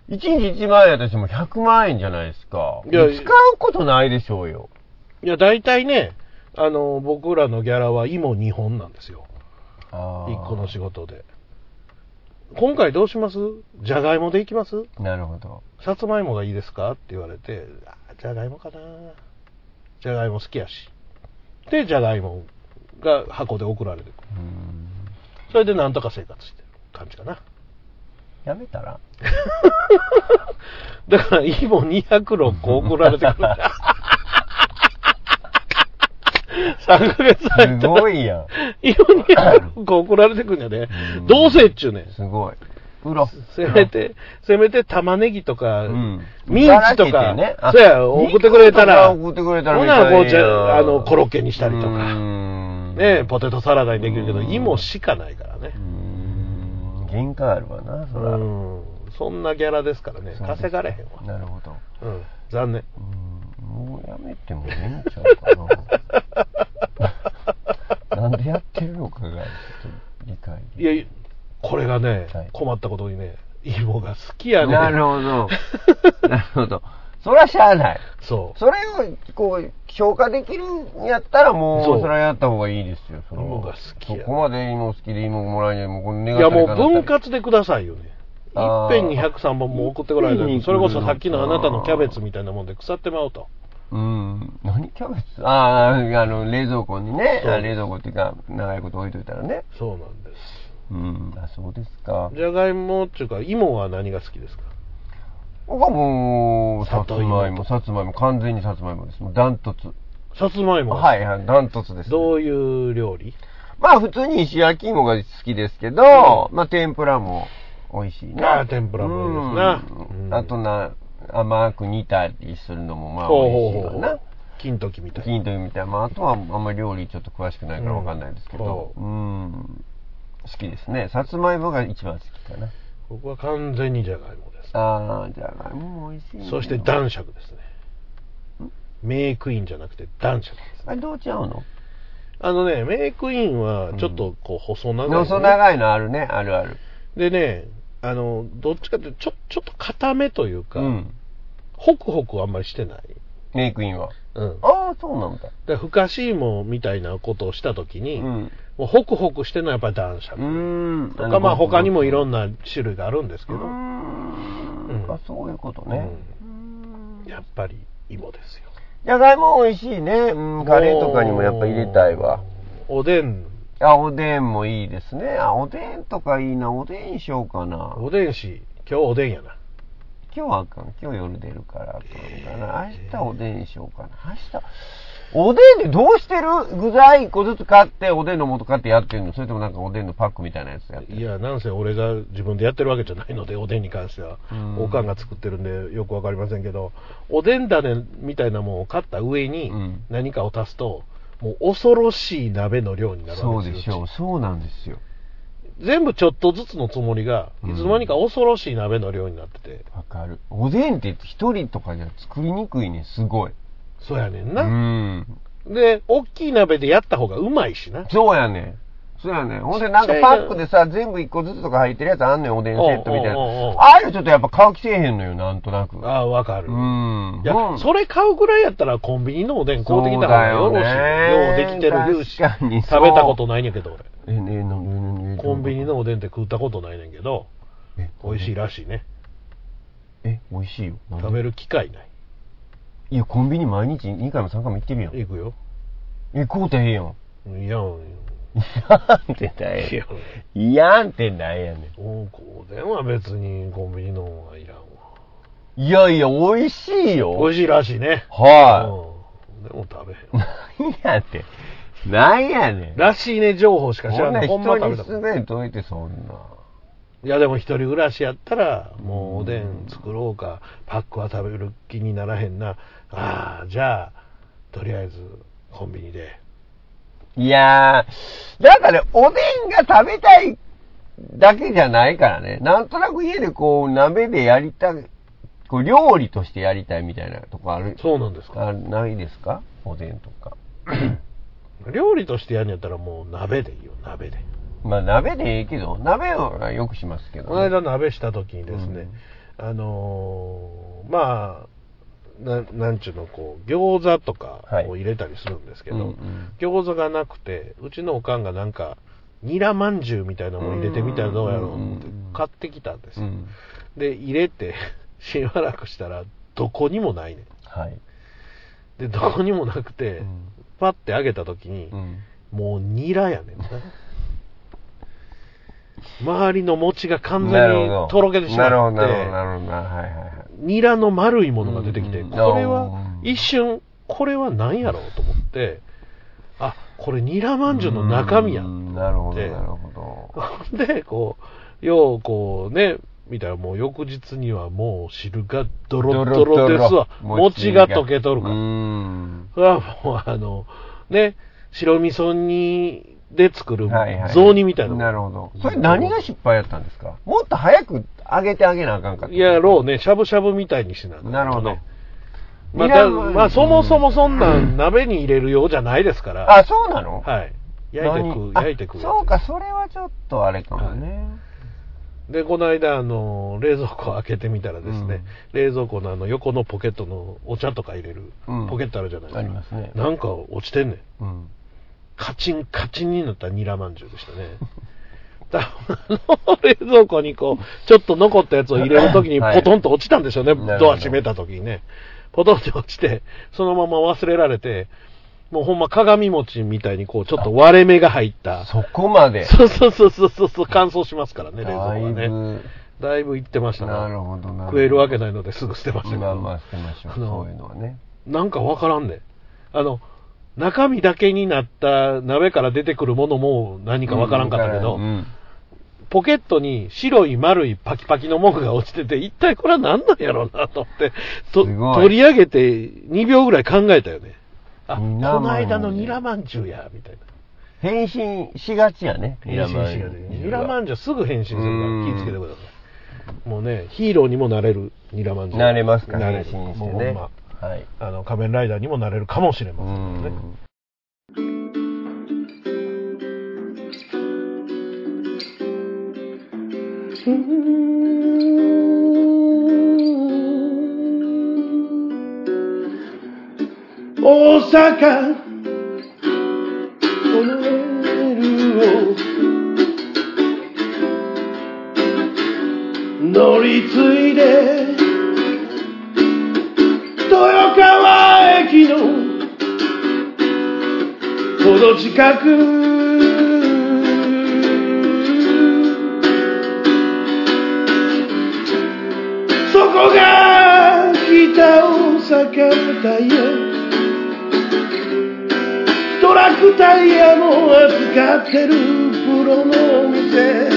Speaker 1: 1日1万円やとしても100万円じゃないですか。
Speaker 2: いや
Speaker 1: 使うことないでしょうよ。
Speaker 2: う。いや、大体ね、あの、僕らのギャラは芋2本なんですよ。
Speaker 1: あー
Speaker 2: 1個の仕事で。今回どうしますじゃがいもでいきます
Speaker 1: なるほど。
Speaker 2: さつまいもがいいですかって言われて、あじゃがいもかなじゃがいも好きやし。で、じゃがいもが箱で送られてくる。
Speaker 1: うん
Speaker 2: それでなんとか生活してる感じかな。 [laughs]
Speaker 1: やめたら
Speaker 2: だから、イボ206個送られてくる。3ヶ月入った
Speaker 1: す
Speaker 2: ら、
Speaker 1: ごいやん。
Speaker 2: イボ206個送られてくるんやで、どうせっちゅうねん。
Speaker 1: すごい。うろ。
Speaker 2: せめて、せめて玉ねぎとか、
Speaker 1: うん
Speaker 2: ミンチと
Speaker 1: ばら
Speaker 2: か、
Speaker 1: けてねあ
Speaker 2: そうや、送ってくれたら、
Speaker 1: ミンチとか送ってくれたら
Speaker 2: ほ
Speaker 1: め
Speaker 2: な、
Speaker 1: っちゃいいう
Speaker 2: こ
Speaker 1: やん
Speaker 2: じゃ、あの、コロッケにしたりと
Speaker 1: う
Speaker 2: か、
Speaker 1: ん
Speaker 2: ね、ポテトサラダにできるけど、芋しかないからね
Speaker 1: う。ん限界あるわな、そら。
Speaker 2: うんそんなギャラですからね
Speaker 1: そうです
Speaker 2: 稼がれへんわ、
Speaker 1: なるほど。
Speaker 2: うん、残念
Speaker 1: うん、もうやめてもええんちゃう
Speaker 2: [laughs]
Speaker 1: かな。なんでやってるのかが、ちょっと理解でき
Speaker 2: いやこれがね、
Speaker 1: はい
Speaker 2: 困ったことにね芋が好きやね
Speaker 1: なるほど。なるほど。それはしゃあない。
Speaker 2: そう
Speaker 1: それを、こう、消化できるんやったら、もう、
Speaker 2: そう
Speaker 1: それはやった方がいいですよ。その
Speaker 2: 芋が好きや
Speaker 1: そこまで芋好きで芋もらえない。もうこれ願っ
Speaker 2: い
Speaker 1: た
Speaker 2: や
Speaker 1: り
Speaker 2: もう
Speaker 1: 叶
Speaker 2: 分
Speaker 1: ったり
Speaker 2: 割でくださいよねい
Speaker 1: あ
Speaker 2: っ
Speaker 1: ー
Speaker 2: ぺんに103本も送ってこられたら
Speaker 1: いっぺんに来る
Speaker 2: それこそさっきのあなたのキャベツみたいなもんで腐ってまうと
Speaker 1: うん。何キャベツああ、あの、冷蔵庫にね、
Speaker 2: そう
Speaker 1: あ冷蔵庫っていうか、長いこと置いといたらね。
Speaker 2: そうなんです
Speaker 1: うん、あそうですか。
Speaker 2: じゃがいもっていうか芋は何が好きですか
Speaker 1: 僕はもう、さつ
Speaker 2: 里
Speaker 1: まい
Speaker 2: 芋
Speaker 1: も、さつまいも、完全にさつまいもです。もうダントツ。
Speaker 2: さつまいも
Speaker 1: はいはい、ダントツです、
Speaker 2: どういう料理
Speaker 1: まあ、普通に石焼き芋が好きですけど、まあ、天ぷらも美味しいな。
Speaker 2: あー天ぷらもいいですな
Speaker 1: うん
Speaker 2: うん
Speaker 1: あとな、甘く煮たりするのも、まあ、
Speaker 2: ほう
Speaker 1: 美味しい
Speaker 2: ほうほ
Speaker 1: わ
Speaker 2: う
Speaker 1: な。
Speaker 2: 金時みたいな
Speaker 1: 金というみたいな。まあ、あとは、あんまり料理ちょっと詳しくないからわかんないですけど、
Speaker 2: う
Speaker 1: うん、好きですね。さつまいもが一番好きかな。
Speaker 2: 僕は完全にじゃがいもです
Speaker 1: ああ、じゃがいもも美味しいな。
Speaker 2: そして男爵ですねメイクインじゃなくて男爵です
Speaker 1: あれ、どう違うの
Speaker 2: あのねメイクインはちょっとこう細長いね、
Speaker 1: 細長いのあるね、あるある。
Speaker 2: でねあのどっちかっていうとちょちょっと硬めというか、
Speaker 1: うん。
Speaker 2: ホクホクはあんまりしてない、
Speaker 1: メイクインは。
Speaker 2: うん、だか
Speaker 1: ああ、そうなんだ。
Speaker 2: らふかし芋みたいなことをした時に、
Speaker 1: うん。
Speaker 2: もうホクホクしてるのはやっぱり男爵、
Speaker 1: うん。
Speaker 2: とかまあ他にもいろ
Speaker 1: なん
Speaker 2: な種類があるんですけど、
Speaker 1: うん
Speaker 2: うん
Speaker 1: あそういうことね。
Speaker 2: うんやっぱり芋ですよ
Speaker 1: じゃがいも美味しいね。うん、カレーとかにもやっぱ入れたいわ。
Speaker 2: おでん
Speaker 1: あ、おでんもいいですね。あ、おでんとかいいな。おでんにしようかな。
Speaker 2: おでんし今日おでんやな
Speaker 1: 今日はあかん。今日夜出るからあかんかな。明日おでんにしようかな。明日。おでんってどうしてる具材一個ずつ買って、おでんの素買ってやってるのそれともなんかおでんのパックみたいなやつやってる
Speaker 2: いやなんせ俺が自分でやってるわけじゃないのでおでんに関しては
Speaker 1: うん
Speaker 2: おかんが作ってるんでよくわかりませんけどおでん種みたいなもんを買った上に
Speaker 1: うん
Speaker 2: 何かを足すともう恐ろしい鍋の量になる
Speaker 1: そ
Speaker 2: わ
Speaker 1: う
Speaker 2: け
Speaker 1: で
Speaker 2: です
Speaker 1: し
Speaker 2: よ
Speaker 1: ょう。そうなんですよ。
Speaker 2: 全部ちょっとずつのつもりが
Speaker 1: うん
Speaker 2: いつの間にか恐ろしい鍋の量になってて
Speaker 1: わかる。おでんって一人とかじゃ作りにくいね。すごい。
Speaker 2: そうやねん
Speaker 1: う。
Speaker 2: なんで大きい鍋でやった方がうまいしな
Speaker 1: そうやねん。そうやねん。ほんでなんかパックでさ、全部一個ずつとか入ってるやつあんねん、おでんセットみたいな。
Speaker 2: おうおうおうおう
Speaker 1: ああいうのちょっとやっぱ買う気せえへんのよ、なんとなく。
Speaker 2: ああわかる
Speaker 1: うん。
Speaker 2: いや、
Speaker 1: うん
Speaker 2: それ買うぐらいやったらコンビニのおでん買うてきた方がよろしい。ようできてる言うし。
Speaker 1: 確かにそう
Speaker 2: 食べたことないねんけど俺。
Speaker 1: え、ねえ、な、ねえ、ねえ。
Speaker 2: コンビニのおでんって食ったことないねんけど、
Speaker 1: え、
Speaker 2: 美味しいらしいね。
Speaker 1: え、美味しいよ。
Speaker 2: 食べる機会ない。
Speaker 1: いや、コンビニ毎日2回も3回も行ってるやん。
Speaker 2: 行くよ。
Speaker 1: え、こうてへんや [laughs] ん。
Speaker 2: いやん。
Speaker 1: いやんってないいや
Speaker 2: や
Speaker 1: ん。いやんってないやね
Speaker 2: おおでんは別にコンビニのはいらんわ。
Speaker 1: ん。いやいや、美味しいよ。
Speaker 2: 美味しいらしいね。
Speaker 1: は
Speaker 2: うん。でも食べへん
Speaker 1: い。。何やって。何やねん。
Speaker 2: らしいね情報しか知らない。ほ
Speaker 1: こ
Speaker 2: ん
Speaker 1: ん
Speaker 2: ま
Speaker 1: な人に
Speaker 2: 食べたこと
Speaker 1: す
Speaker 2: ない。
Speaker 1: べんといて、そんな。
Speaker 2: いやでも一人暮らしやったら、もうおでん作ろうか、パックは食べる気にならへんな。ああ、じゃあ、とりあえずコンビニで。
Speaker 1: いやー、なんかね、おでんが食べたいだけじゃないからね。なんとなく家でこう、鍋でやりたい、こう、料理としてやりたいみたいなとこある、
Speaker 2: そうなんですか。
Speaker 1: あないですかおでんとか。
Speaker 2: 料理としてやるんやったらもう鍋でいいよ、鍋で。
Speaker 1: まあ、鍋でええけど、鍋はよくしますけど、ね。
Speaker 2: この間鍋した時にですね、あのーまあ、ななんちゅうの、こう、餃子とか
Speaker 1: はい
Speaker 2: を入れたりするんですけど、
Speaker 1: うんうん
Speaker 2: 餃子がなくて、うちのおかんがなんか、ニラまんじゅうみたいなもん入れてみたらどうやろうと思って
Speaker 1: うんうんうん
Speaker 2: 買ってきたんです
Speaker 1: う
Speaker 2: よ。
Speaker 1: ん。
Speaker 2: で、入れて、 [laughs] しばらくしたら、どこにもないねん。
Speaker 1: はい。
Speaker 2: で、どこにもなくて、
Speaker 1: うん
Speaker 2: パッてあげた時に、
Speaker 1: うん。
Speaker 2: もうニラやねんな。周りの餅が完
Speaker 1: な
Speaker 2: 全
Speaker 1: る
Speaker 2: に
Speaker 1: ほど
Speaker 2: とろけてしま
Speaker 1: なるほど、なるほど、な
Speaker 2: って、
Speaker 1: るほど。はいはいはい。
Speaker 2: ニラの丸いものが出てきて、
Speaker 1: うん
Speaker 2: これは一瞬、これは何やろうと思って、あ、これニラまんじゅうの中身や
Speaker 1: う
Speaker 2: と
Speaker 1: んなるほ
Speaker 2: 思っ
Speaker 1: ど、
Speaker 2: て
Speaker 1: な、るほど。
Speaker 2: ほん [laughs] で、こう、ようこうね、みたいな、もう翌日にはもう汁がドロドロですわ。餅が溶けとるから
Speaker 1: う。ん。
Speaker 2: それはもうあの、ね、白味噌にで作る
Speaker 1: はいはい。
Speaker 2: 雑煮みたいなもん
Speaker 1: なるほど。それ何が失敗やったんですかもっと早く上げてあげなあかんかった。
Speaker 2: やろうね、しゃぶしゃぶみたいにしなあかんね
Speaker 1: なるほど。
Speaker 2: まあ、
Speaker 1: いら
Speaker 2: だ
Speaker 1: んわ
Speaker 2: まあ、そもそもそんなん鍋に入れるようじゃないですから、
Speaker 1: あ、そうなの
Speaker 2: はい。焼いてく、
Speaker 1: 何
Speaker 2: 焼いてく
Speaker 1: あ。そうか、それはちょっとあれかもね。
Speaker 2: で、この間、あの、冷蔵庫を開けてみたらですね、冷蔵庫のあの、横のポケットのお茶とか入れる、
Speaker 1: うん
Speaker 2: ポケットあるじゃないですか。
Speaker 1: ありますね
Speaker 2: なんか落ちてんねん。
Speaker 1: うん。
Speaker 2: カチンカチンになったニラまんじゅうでしたね。 [laughs] だからあの冷蔵庫にこう、ちょっと残ったやつを入れるときに
Speaker 1: はい
Speaker 2: ポトンと落ちたんでしょうね、
Speaker 1: なるほど
Speaker 2: ドア閉めたときにね。ポトンと落ちて、そのまま忘れられて、もうほんま鏡餅みたいにこう、ちょっと割れ目が入った。
Speaker 1: そこまで。
Speaker 2: そうそうそうそうそうそう、乾燥しますからね、冷蔵庫
Speaker 1: だい
Speaker 2: はね。
Speaker 1: ぶ、
Speaker 2: だいぶいってましたね
Speaker 1: なるほどな。
Speaker 2: 食えるわけないのですぐ捨てましたけど。
Speaker 1: まあまあ、捨てましょう。
Speaker 2: あの
Speaker 1: そういうのはね。
Speaker 2: なんかわからんね。あの、中身だけになった鍋から出てくるものも何かわからんかったけど、
Speaker 1: うん
Speaker 2: ポケットに白い丸いパキパキのものが落ちてて、一体これは何なんやろうなと思って、と
Speaker 1: すごい
Speaker 2: 取り上げて2秒ぐらい考えたよね。あ、こ
Speaker 1: ニラまん
Speaker 2: の間のニラまんじゅうや、みたいな。
Speaker 1: 変身しがちやね。
Speaker 2: 返信しがねニラまん
Speaker 1: じ
Speaker 2: じゅうすぐ変身するから
Speaker 1: うん
Speaker 2: 気ぃつけてください。もうね、ヒーローにもなれるニラまんじゅう。
Speaker 1: なれますか
Speaker 2: な
Speaker 1: 変身
Speaker 2: れる
Speaker 1: して
Speaker 2: もうほん
Speaker 1: ね
Speaker 2: ま。
Speaker 1: はい。
Speaker 2: あの、仮面ライダーにもなれるかもしれ
Speaker 1: う
Speaker 2: ませんけどね。
Speaker 1: ん。
Speaker 2: 大阪このレールを乗り継いで豊川駅のほど近くそこが北大阪タイヤトラックタイヤも扱ってるプロのお店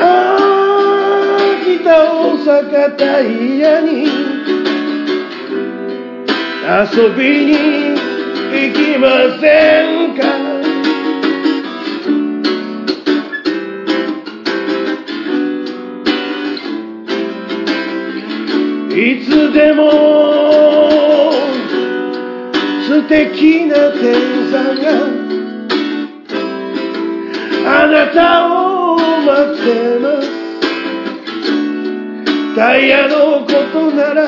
Speaker 2: ああ北大阪タイヤに遊びに行きませんかいつでも素敵な天才があなたを待ってますタイヤのことなら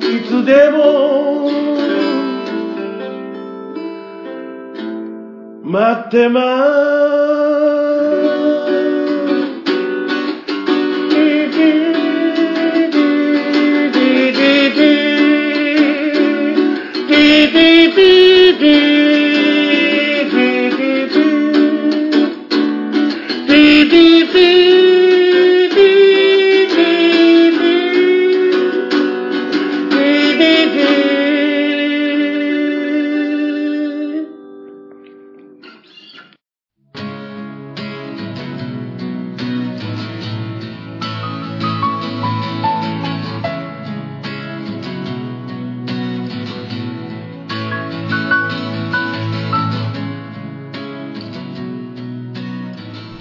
Speaker 2: いつでも待ってます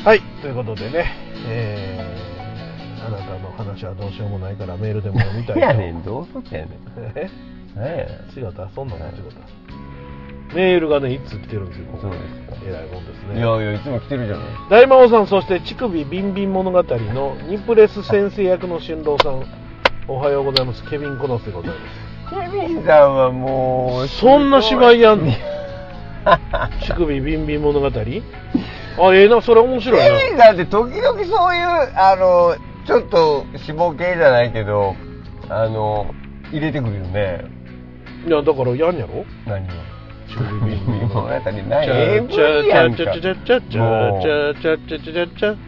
Speaker 2: はい、ということでね、えーあなたの話はどうしようもないからメールでも読みた
Speaker 1: [laughs]
Speaker 2: い
Speaker 1: い
Speaker 2: と。
Speaker 1: やねん、どうすっやねん。 [laughs]
Speaker 2: え
Speaker 1: 何やねん。
Speaker 2: 違った、そんなの違った。メールがね、いつ来てるんですよ、ここ
Speaker 1: そうですか
Speaker 2: えらいもんです
Speaker 1: い
Speaker 2: ね。
Speaker 1: やいや、いつも来てるじゃない。
Speaker 2: 大魔王さん、そして乳首ビンビン物語のニプレス先生役の新郎さん、おはようございます。ケビン・コノスでございま
Speaker 1: ケビンさんはもう、
Speaker 2: す。そんな芝居やんの
Speaker 1: ケ
Speaker 2: 乳首ビンビン物語あ、ええな、それ面白い
Speaker 1: ビンさんって時々そういう、あの、ちょっと脂肪系じゃないけど、あの、入れてくるよね。
Speaker 2: な。いや、だからやんやろ
Speaker 1: 何を。
Speaker 2: 乳首ビンビン物
Speaker 1: 物語
Speaker 2: 語。
Speaker 1: ない。AV やんかもうあるでしょそういうタ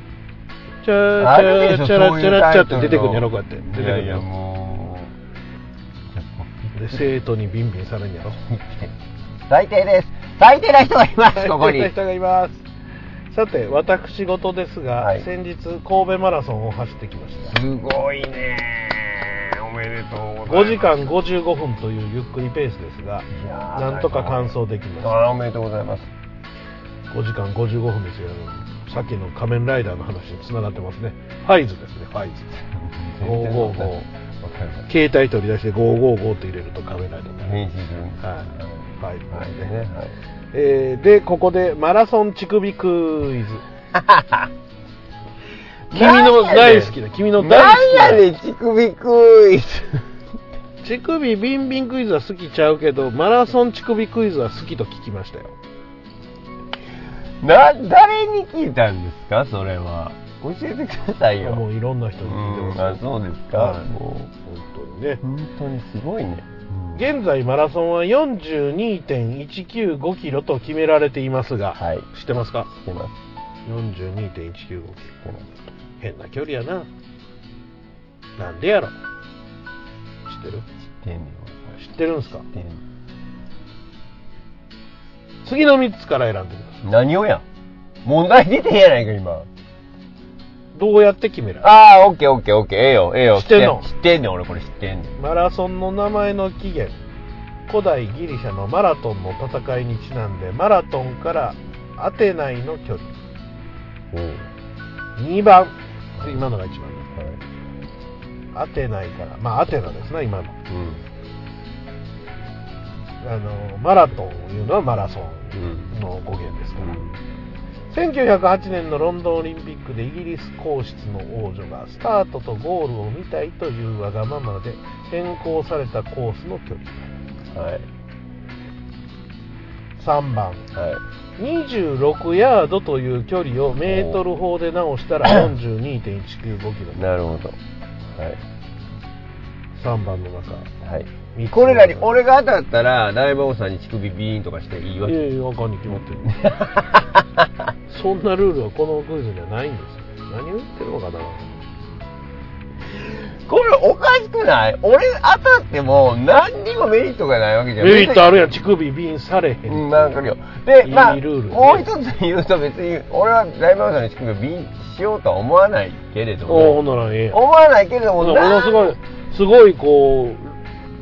Speaker 1: イトルのいやいや、も
Speaker 2: で生徒にビンビンされんやろ
Speaker 1: う。最低です。最低な人がいます、ここに。
Speaker 2: 人がいますさて私事ですが、
Speaker 1: はい
Speaker 2: 先日神戸マラソンを走ってきました
Speaker 1: すごいね
Speaker 7: おめでとうございます。
Speaker 2: 5時間55分というゆっくりペースですが
Speaker 1: いやー
Speaker 2: なんとか完走できまし
Speaker 1: あ
Speaker 2: た
Speaker 1: あおめでとうございます
Speaker 2: 5時間55分ですよあのさっきの仮面ライダーの話につながってますねファイズですねファイズ555
Speaker 1: わかりま
Speaker 2: 携帯取り出して555って入れると仮面ライダーに
Speaker 1: す
Speaker 2: なる
Speaker 1: 返信するんです
Speaker 2: はいはい
Speaker 1: は
Speaker 2: はいい
Speaker 1: ねはい
Speaker 2: えーでここでマラソン乳首ク
Speaker 1: [laughs]
Speaker 2: イズ君の大好きな君の大好きな
Speaker 1: なんやねん乳首クイズ
Speaker 2: 乳首ビンビンクイズは好きちゃうけどマラソン乳首クイズは好きと聞きましたよ
Speaker 1: な誰に聞いたんですかそれは教えてくださいよ
Speaker 2: もういろんな人
Speaker 1: う
Speaker 2: に聞い
Speaker 1: ん
Speaker 2: てま
Speaker 1: あ
Speaker 2: す
Speaker 1: そうですか、
Speaker 2: はい
Speaker 1: も
Speaker 2: 本当にね
Speaker 1: う本当にすごいね、
Speaker 2: 現在マラソンは42.195キロと決められていますが、
Speaker 1: はい
Speaker 2: 知ってますか
Speaker 1: 来てます
Speaker 2: 42.195キ
Speaker 1: 来て
Speaker 2: ロ
Speaker 1: ます
Speaker 2: 変な距離やななんでやろ知ってる
Speaker 1: 来てんねん
Speaker 2: 知ってるんすか
Speaker 1: 来てんねん
Speaker 2: 次の3つから選んでくださ
Speaker 1: 何をや問題出てへんやないか今
Speaker 2: いどうやって決める
Speaker 1: ああオッケーオッケーオッケーええよええよ
Speaker 2: 知ってんの
Speaker 1: 知ってんねん俺これ知ってんねん
Speaker 2: マラソンの名前の起源古代ギリシャのマラトンの戦いにちなんでマラトンからアテナイの距離2番今のが1番アテナイからまあアテナですね今
Speaker 1: う
Speaker 2: の
Speaker 1: ん
Speaker 2: あのマラトンというのはマラソンの語源ですから、1908年のロンドンオリンピックでイギリス皇室の王女がスタートとゴールを見たいというわがままで変更されたコースの距離
Speaker 1: はい
Speaker 2: 3番
Speaker 1: はい
Speaker 2: 26ヤードという距離をメートル法で直したら42.195キロ
Speaker 1: なるほどはい
Speaker 2: 3番の中
Speaker 1: はい
Speaker 2: 三つ
Speaker 1: これらに俺が当たったら大魔王さんに乳首ビーンとかしていいわ
Speaker 2: い
Speaker 1: け
Speaker 2: やいやあかんに決まってるそんなルールはこのクイズにはないんですよ何を言ってるのかな
Speaker 1: [laughs] これおかしくない俺当たっても何にもメリットがないわけじゃん
Speaker 2: メリットあるやん乳首ビンされへんっていう
Speaker 1: うん、なんかあるよ。で、
Speaker 2: いい
Speaker 1: まあ、
Speaker 2: ルールね
Speaker 1: もう一つ言うと別に、俺は大魔王さんの仕組みをビンしようとは思わないけれど
Speaker 2: おお
Speaker 1: も、
Speaker 2: ほんならええやん
Speaker 1: 思わないけれど
Speaker 2: ほ
Speaker 1: も、
Speaker 2: んならものす
Speaker 1: い。
Speaker 2: ごいすごいこう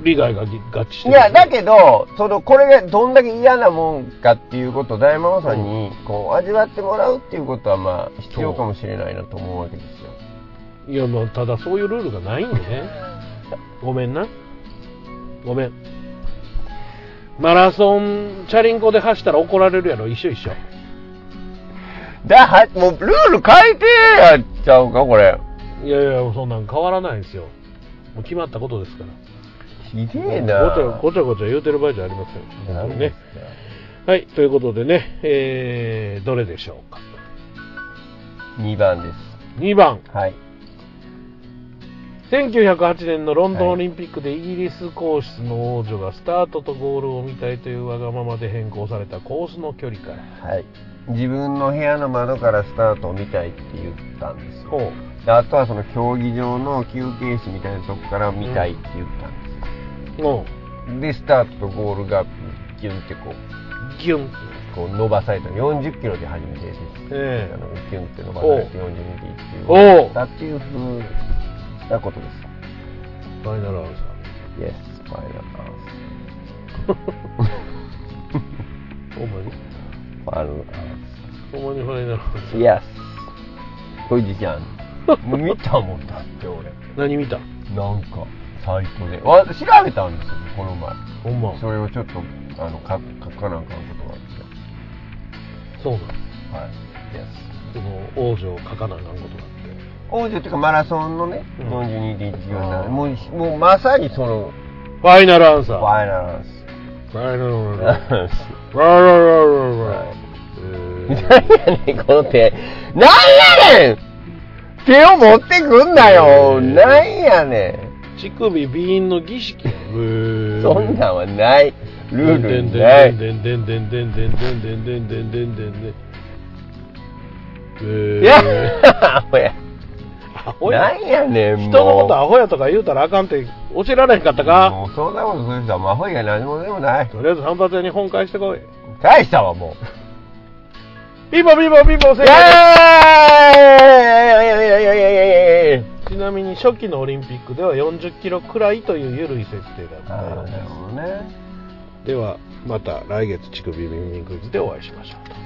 Speaker 2: 利害がぎ合致して
Speaker 1: い
Speaker 2: る
Speaker 1: や、だけど、その、これがどんだけ嫌なもんかっていうことを大魔王さんに、こう、味わってもらうっていうことは、まあ、必要かもしれないなと思うわけですよ。
Speaker 2: いやまあただそういうルールがないんでねごめんなごめんマラソンチャリンコで走ったら怒られるやろ一緒一緒
Speaker 1: だ、は、もう、ルール変えてやっちゃうか、これ。
Speaker 2: いやいやそんなん変わらないんですよもう決まったことですから
Speaker 1: ひで
Speaker 2: ご
Speaker 1: え
Speaker 2: ち
Speaker 1: な。
Speaker 2: ゃごちゃごちゃ言うてる場合じゃありません
Speaker 1: なんで
Speaker 2: ね
Speaker 1: すか
Speaker 2: はいということでね、えー、どれでしょうか
Speaker 1: 2番です。
Speaker 2: 2番
Speaker 1: はい。
Speaker 2: 1908年のロンドンオリンピックでイギリス皇室の王女がスタートとゴールを見たいというわがままで変更されたコースの距離から
Speaker 1: はい。自分の部屋の窓からスタートを見たいって言ったんですよ。
Speaker 2: ほ
Speaker 1: であとはその競技場の休憩室みたいなとこから見たいって言ったんで
Speaker 2: うも
Speaker 1: す、でスタートとゴールがギュンってこう
Speaker 2: うギュン
Speaker 1: こう伸ばされた40キロで初めてです、
Speaker 2: え
Speaker 1: あ
Speaker 2: え
Speaker 1: のギュンって伸ばされて42キ
Speaker 2: お
Speaker 1: ロ
Speaker 2: お
Speaker 1: だっていうふうなことです
Speaker 2: ファイナルアンサ
Speaker 1: Yes, my house.
Speaker 2: ーほんまに
Speaker 1: My
Speaker 2: ほんまにファイナルアンサ
Speaker 1: house. Yes. これじゃん。もう見たもんだって俺。
Speaker 2: ー何見た
Speaker 1: なんか、サイトで。わ調べたんですよ、この前。
Speaker 2: ほんま
Speaker 1: それをちょっと、あの、書く書かなんかのことがあっ
Speaker 2: そうなん
Speaker 1: て。はい。Yes.
Speaker 2: その王女を書かなあかんことがあっ
Speaker 1: 王女っていうかマラソンのね、
Speaker 2: うん
Speaker 1: 42.147、
Speaker 2: うん
Speaker 1: もうしもうまさにその
Speaker 2: てファイナルアン
Speaker 1: フ
Speaker 2: サー
Speaker 1: ァイナル
Speaker 2: ファイナルア
Speaker 1: [laughs]
Speaker 2: ンサー
Speaker 1: アンス
Speaker 2: わららららら
Speaker 1: はい
Speaker 2: え
Speaker 1: 何
Speaker 2: ー
Speaker 1: やねんこの手何やねん手を持ってくんなよ何やね
Speaker 2: 乳首鼻咽の儀式そ
Speaker 1: んそんなんはないルールな
Speaker 2: でん
Speaker 1: い
Speaker 2: でんでんでんでんでんでんでんでんでんでんでんでん
Speaker 1: いやアホや
Speaker 2: アホや
Speaker 1: 何やねんもう
Speaker 2: 人のことアホやとか言うたらあかんって教えられへんかったか
Speaker 1: もうそんなことする人はもうアホ以外何もでもない
Speaker 2: とりあえず反発屋に本返してこい
Speaker 1: 大したわもう
Speaker 2: ピンポンピンポンピンポン
Speaker 1: イエーイイエーイイエーイイエーイイエーイイエーイ
Speaker 2: 正解ちなみに初期のオリンピックでは40キロくらいという緩い設定だった
Speaker 1: あ
Speaker 2: よ
Speaker 1: あ
Speaker 2: う
Speaker 1: な
Speaker 2: で
Speaker 1: るほどね
Speaker 2: すではまた来月乳首ビンビンクイズでお会いしましょうと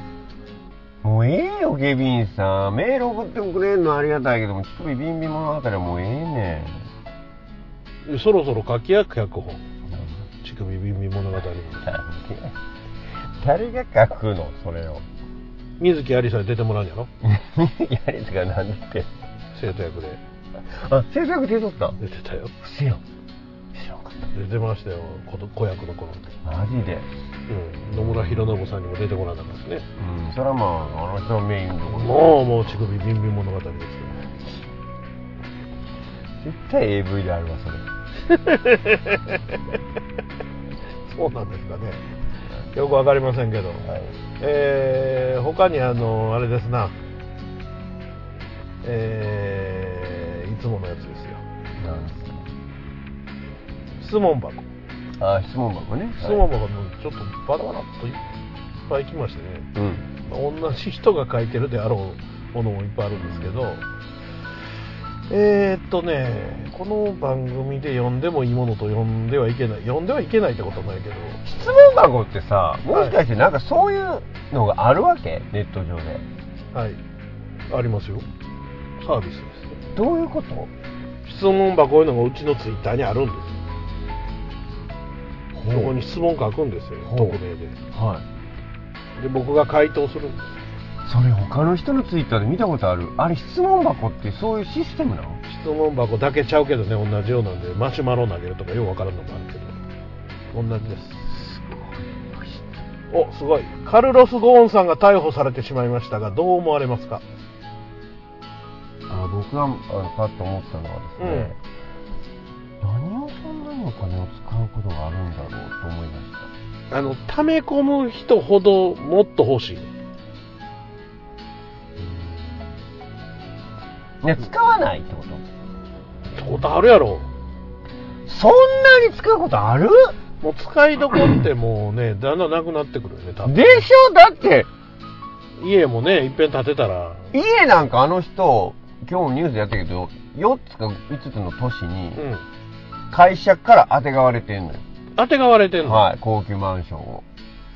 Speaker 1: もうええよケビンさんメール送ってもくれんのありがたいけども乳首ビンビン物語はもうええね
Speaker 2: そろそろ書きや脚本乳首ビンビン物語
Speaker 1: 誰が書くのそれを
Speaker 2: 水木有沙に出てもらうんやろ
Speaker 1: やりつがなんでって
Speaker 2: 生徒役で
Speaker 1: あ制作手伝った
Speaker 2: 出てたよ
Speaker 1: せよ知らんかっ
Speaker 2: 出てましたよ子ど子役の頃、
Speaker 1: たマジで
Speaker 2: うん、野村弘信さんにも出てもらわなかったですね
Speaker 1: うんそれはまああの人のメインのこと
Speaker 2: もうもう乳首ビンビン物語ですよ
Speaker 1: 絶対 AV であるわそれ
Speaker 2: そうなんですかねよくわかりませんけど、
Speaker 1: はい
Speaker 2: えー、他にあのあれですなえー、いつものやつですよ
Speaker 1: なんですか
Speaker 2: 質問箱
Speaker 1: あ質問箱ね
Speaker 2: 質問箱もちょっとバラバラっといっぱい来ましてね
Speaker 1: うん
Speaker 2: 同じ人が書いてるであろうものもいっぱいあるんですけどえー、っとねこの番組で読んでもいいものと読んではいけない読んではいけないってことはないけど
Speaker 1: 質問箱ってさもしかしてなんかそういうのがあるわけネット上で
Speaker 2: はいありますよサービスで
Speaker 1: どういうこと
Speaker 2: す質問箱こういうのがうちのツイッターにあるんですよそこに質問書くんですよ
Speaker 1: ほう
Speaker 2: 匿名で
Speaker 1: はい
Speaker 2: で僕が回答するんです
Speaker 1: それ他の人のツイッターで見たことあるあれ質問箱ってそういうシステムなの
Speaker 2: 質問箱だけちゃうけどね同じようなんでマシュマロ投げるとかようわからんのもあるけど同じですおすごいカルロス・ゴーンさんが逮捕されてしまいましたがどう思われますか
Speaker 1: あ僕があのパッと思ったのはですね、何をそんなにお金を使うことがあるんだろうと思いました
Speaker 2: あの溜め込む人ほどもっと欲しい
Speaker 1: いや使わないってこと
Speaker 2: ってことあるやろ
Speaker 1: そんなに使うことある
Speaker 2: もう使いどころってもうねだんだんなくなってくるよね多分
Speaker 1: でしょだって
Speaker 2: 家もねいっぺん建てたら
Speaker 1: 家なんかあの人今日ニュースでやったけど4つか5つの都市
Speaker 2: う
Speaker 1: に
Speaker 2: ん
Speaker 1: 会社からあてがわれてんのよ、
Speaker 2: 当てがわれてんの、
Speaker 1: はい、高級マンションを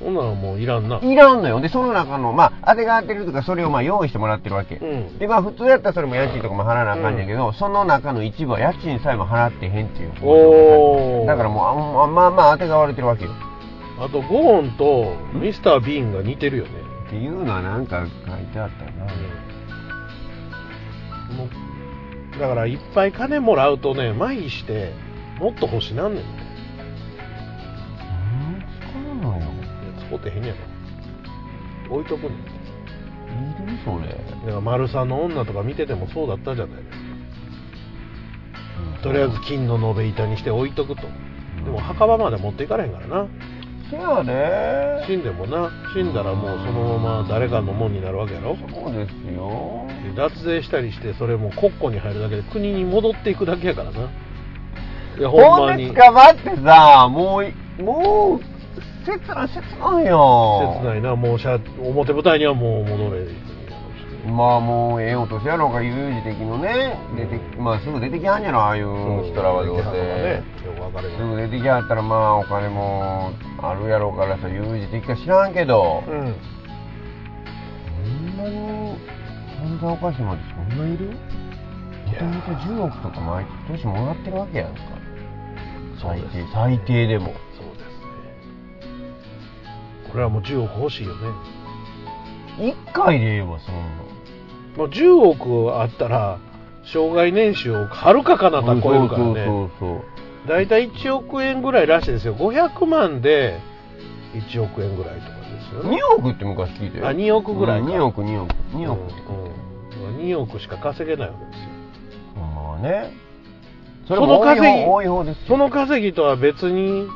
Speaker 2: ほんならもういらんない
Speaker 1: らんのよでその中のまああてがわってるとかそれをまあ用意してもらってるわけ、
Speaker 2: うん
Speaker 1: でまあ普通やったらそれも家賃とかも払わなあかんねんけど、その中の一部は家賃さえも払ってへんっていう
Speaker 2: おー
Speaker 1: だからもうあんまあまあまあ当てがわれてるわけよ
Speaker 2: あとゴーンとミスター・ビーンが似てるよね
Speaker 1: っていうのはなんか書いてあったよな、
Speaker 2: もうだからいっぱい金もらうとね麻痺してもっと欲しなんねんね
Speaker 1: うん、使うのよ
Speaker 2: いや使うてへんやろ置いとくねん
Speaker 1: いるそれ、
Speaker 2: だから丸さんの女とか見ててもそうだったじゃないですかとりあえず金の延べ板にして置いとくとでも墓場まで持っていかれへんからな
Speaker 1: せやね
Speaker 2: 死んでもな死んだらもうそのまま誰かのもんになるわけやろ
Speaker 1: そうですよ
Speaker 2: で脱税したりしてそれも国庫に入るだけで国に戻っていくだけやからないやほん
Speaker 1: ほ
Speaker 2: ま
Speaker 1: んで
Speaker 2: に
Speaker 1: 捕まってさもうもう切ない切ないよ
Speaker 2: 切ないなもうしゃ表舞台にはもう戻れずにやろうし
Speaker 1: まあもうええお年やろうか悠々的のね出てまあすぐ出てきはんやろああいう人らはどうせ、
Speaker 2: ねよくわかる
Speaker 1: すぐ出てきはったらまあお金もあるやろうからさ悠々的か知らんけど、
Speaker 2: うん
Speaker 1: そんなに犯罪おかしいまでそんないるもともと10億とか毎年もらってるわけやんか
Speaker 2: そう
Speaker 1: 最
Speaker 2: です
Speaker 1: 低最低でも
Speaker 2: そうですねこれはもう10億欲しいよね
Speaker 1: 1回でええわそんな
Speaker 2: もう10億あったら障害年収をはるか彼方超えるから
Speaker 1: そ
Speaker 2: ね
Speaker 1: うそう
Speaker 2: だいたい1億円ぐらいらしいですよ500万で1億円ぐらいとかです
Speaker 1: そう
Speaker 2: よ
Speaker 1: そう2億
Speaker 2: ね
Speaker 1: って昔聞いたよ
Speaker 2: あ2億ぐらいか
Speaker 1: うん2億2億2億、
Speaker 2: うんうん2億しか稼げないわけですよ
Speaker 1: まあねそ
Speaker 2: その稼ぎ
Speaker 1: 多い方多い方ですよ
Speaker 2: その稼ぎとは別に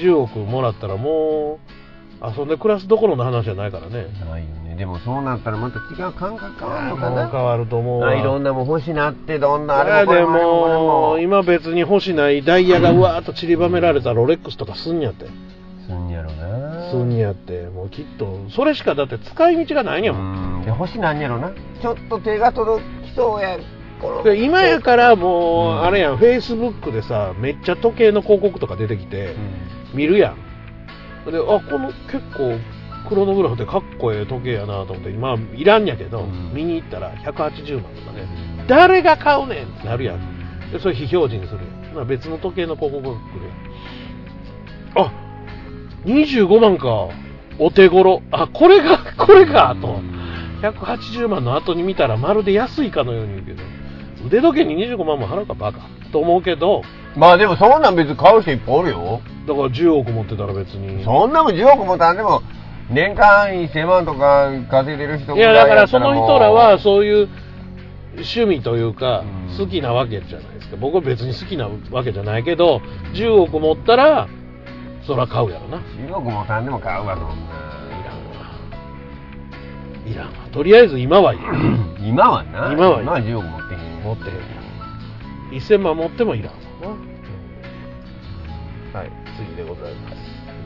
Speaker 2: 10億もらったらもう遊んで暮らすどころの話じゃないからね
Speaker 1: ないよねでもそうなったらまた違う感覚変わる
Speaker 2: も
Speaker 1: の
Speaker 2: う
Speaker 1: かな
Speaker 2: 変わると思うわ
Speaker 1: あいろんなもん欲しいなってどんなあれも
Speaker 2: あれ
Speaker 1: こ
Speaker 2: で
Speaker 1: れもあれも
Speaker 2: も
Speaker 1: こ
Speaker 2: う
Speaker 1: れも
Speaker 2: 今別に欲しないダイヤがうわーっと散りばめられたロレックスとかすんやって
Speaker 1: すんやろな
Speaker 2: すんやってもうきっとそれしかだって使い道がないんやもん
Speaker 1: うんで星なんやろなちょっと手が届きそうや
Speaker 2: で今やからもう、あれやん、フェイスブックでさ、めっちゃ時計の広告とか出てきて、見るやん。で、あ、この結構、クロノグラフってかっこええ時計やなと思って、まあ、いらんやけど、
Speaker 1: うん
Speaker 2: 見に行ったら180万とかね、誰が買うねんってなるやん。で、それ非表示にするやん。まあ、別の時計の広告が来るやん。あ、25万か、お手頃。あ、これが、これか、と。180万の後に見たらまるで安いかのように言うけど腕時計に25万も払うかバカと思うけど
Speaker 1: まあでもそんなん別に買う人いっぱいおるよ。
Speaker 2: だから10億持ってたら別に
Speaker 1: そんなもん10億もたんでも、年間1000万とか稼いでる人
Speaker 2: いやだからその人らは
Speaker 1: う。
Speaker 2: そういう趣味というか
Speaker 1: うん
Speaker 2: 好きなわけじゃないですか僕は別に好きなわけじゃないけど10億持ったらそら買うやろない
Speaker 1: 10億もたんでも買うわ、そん
Speaker 2: ら
Speaker 1: な。
Speaker 2: んわいらんわとりあえず今はいい
Speaker 1: 今はな。
Speaker 2: 今はいい
Speaker 1: 10億持ってへん。
Speaker 2: 持ってへん1000万持ってもいらんわなはい、次でございます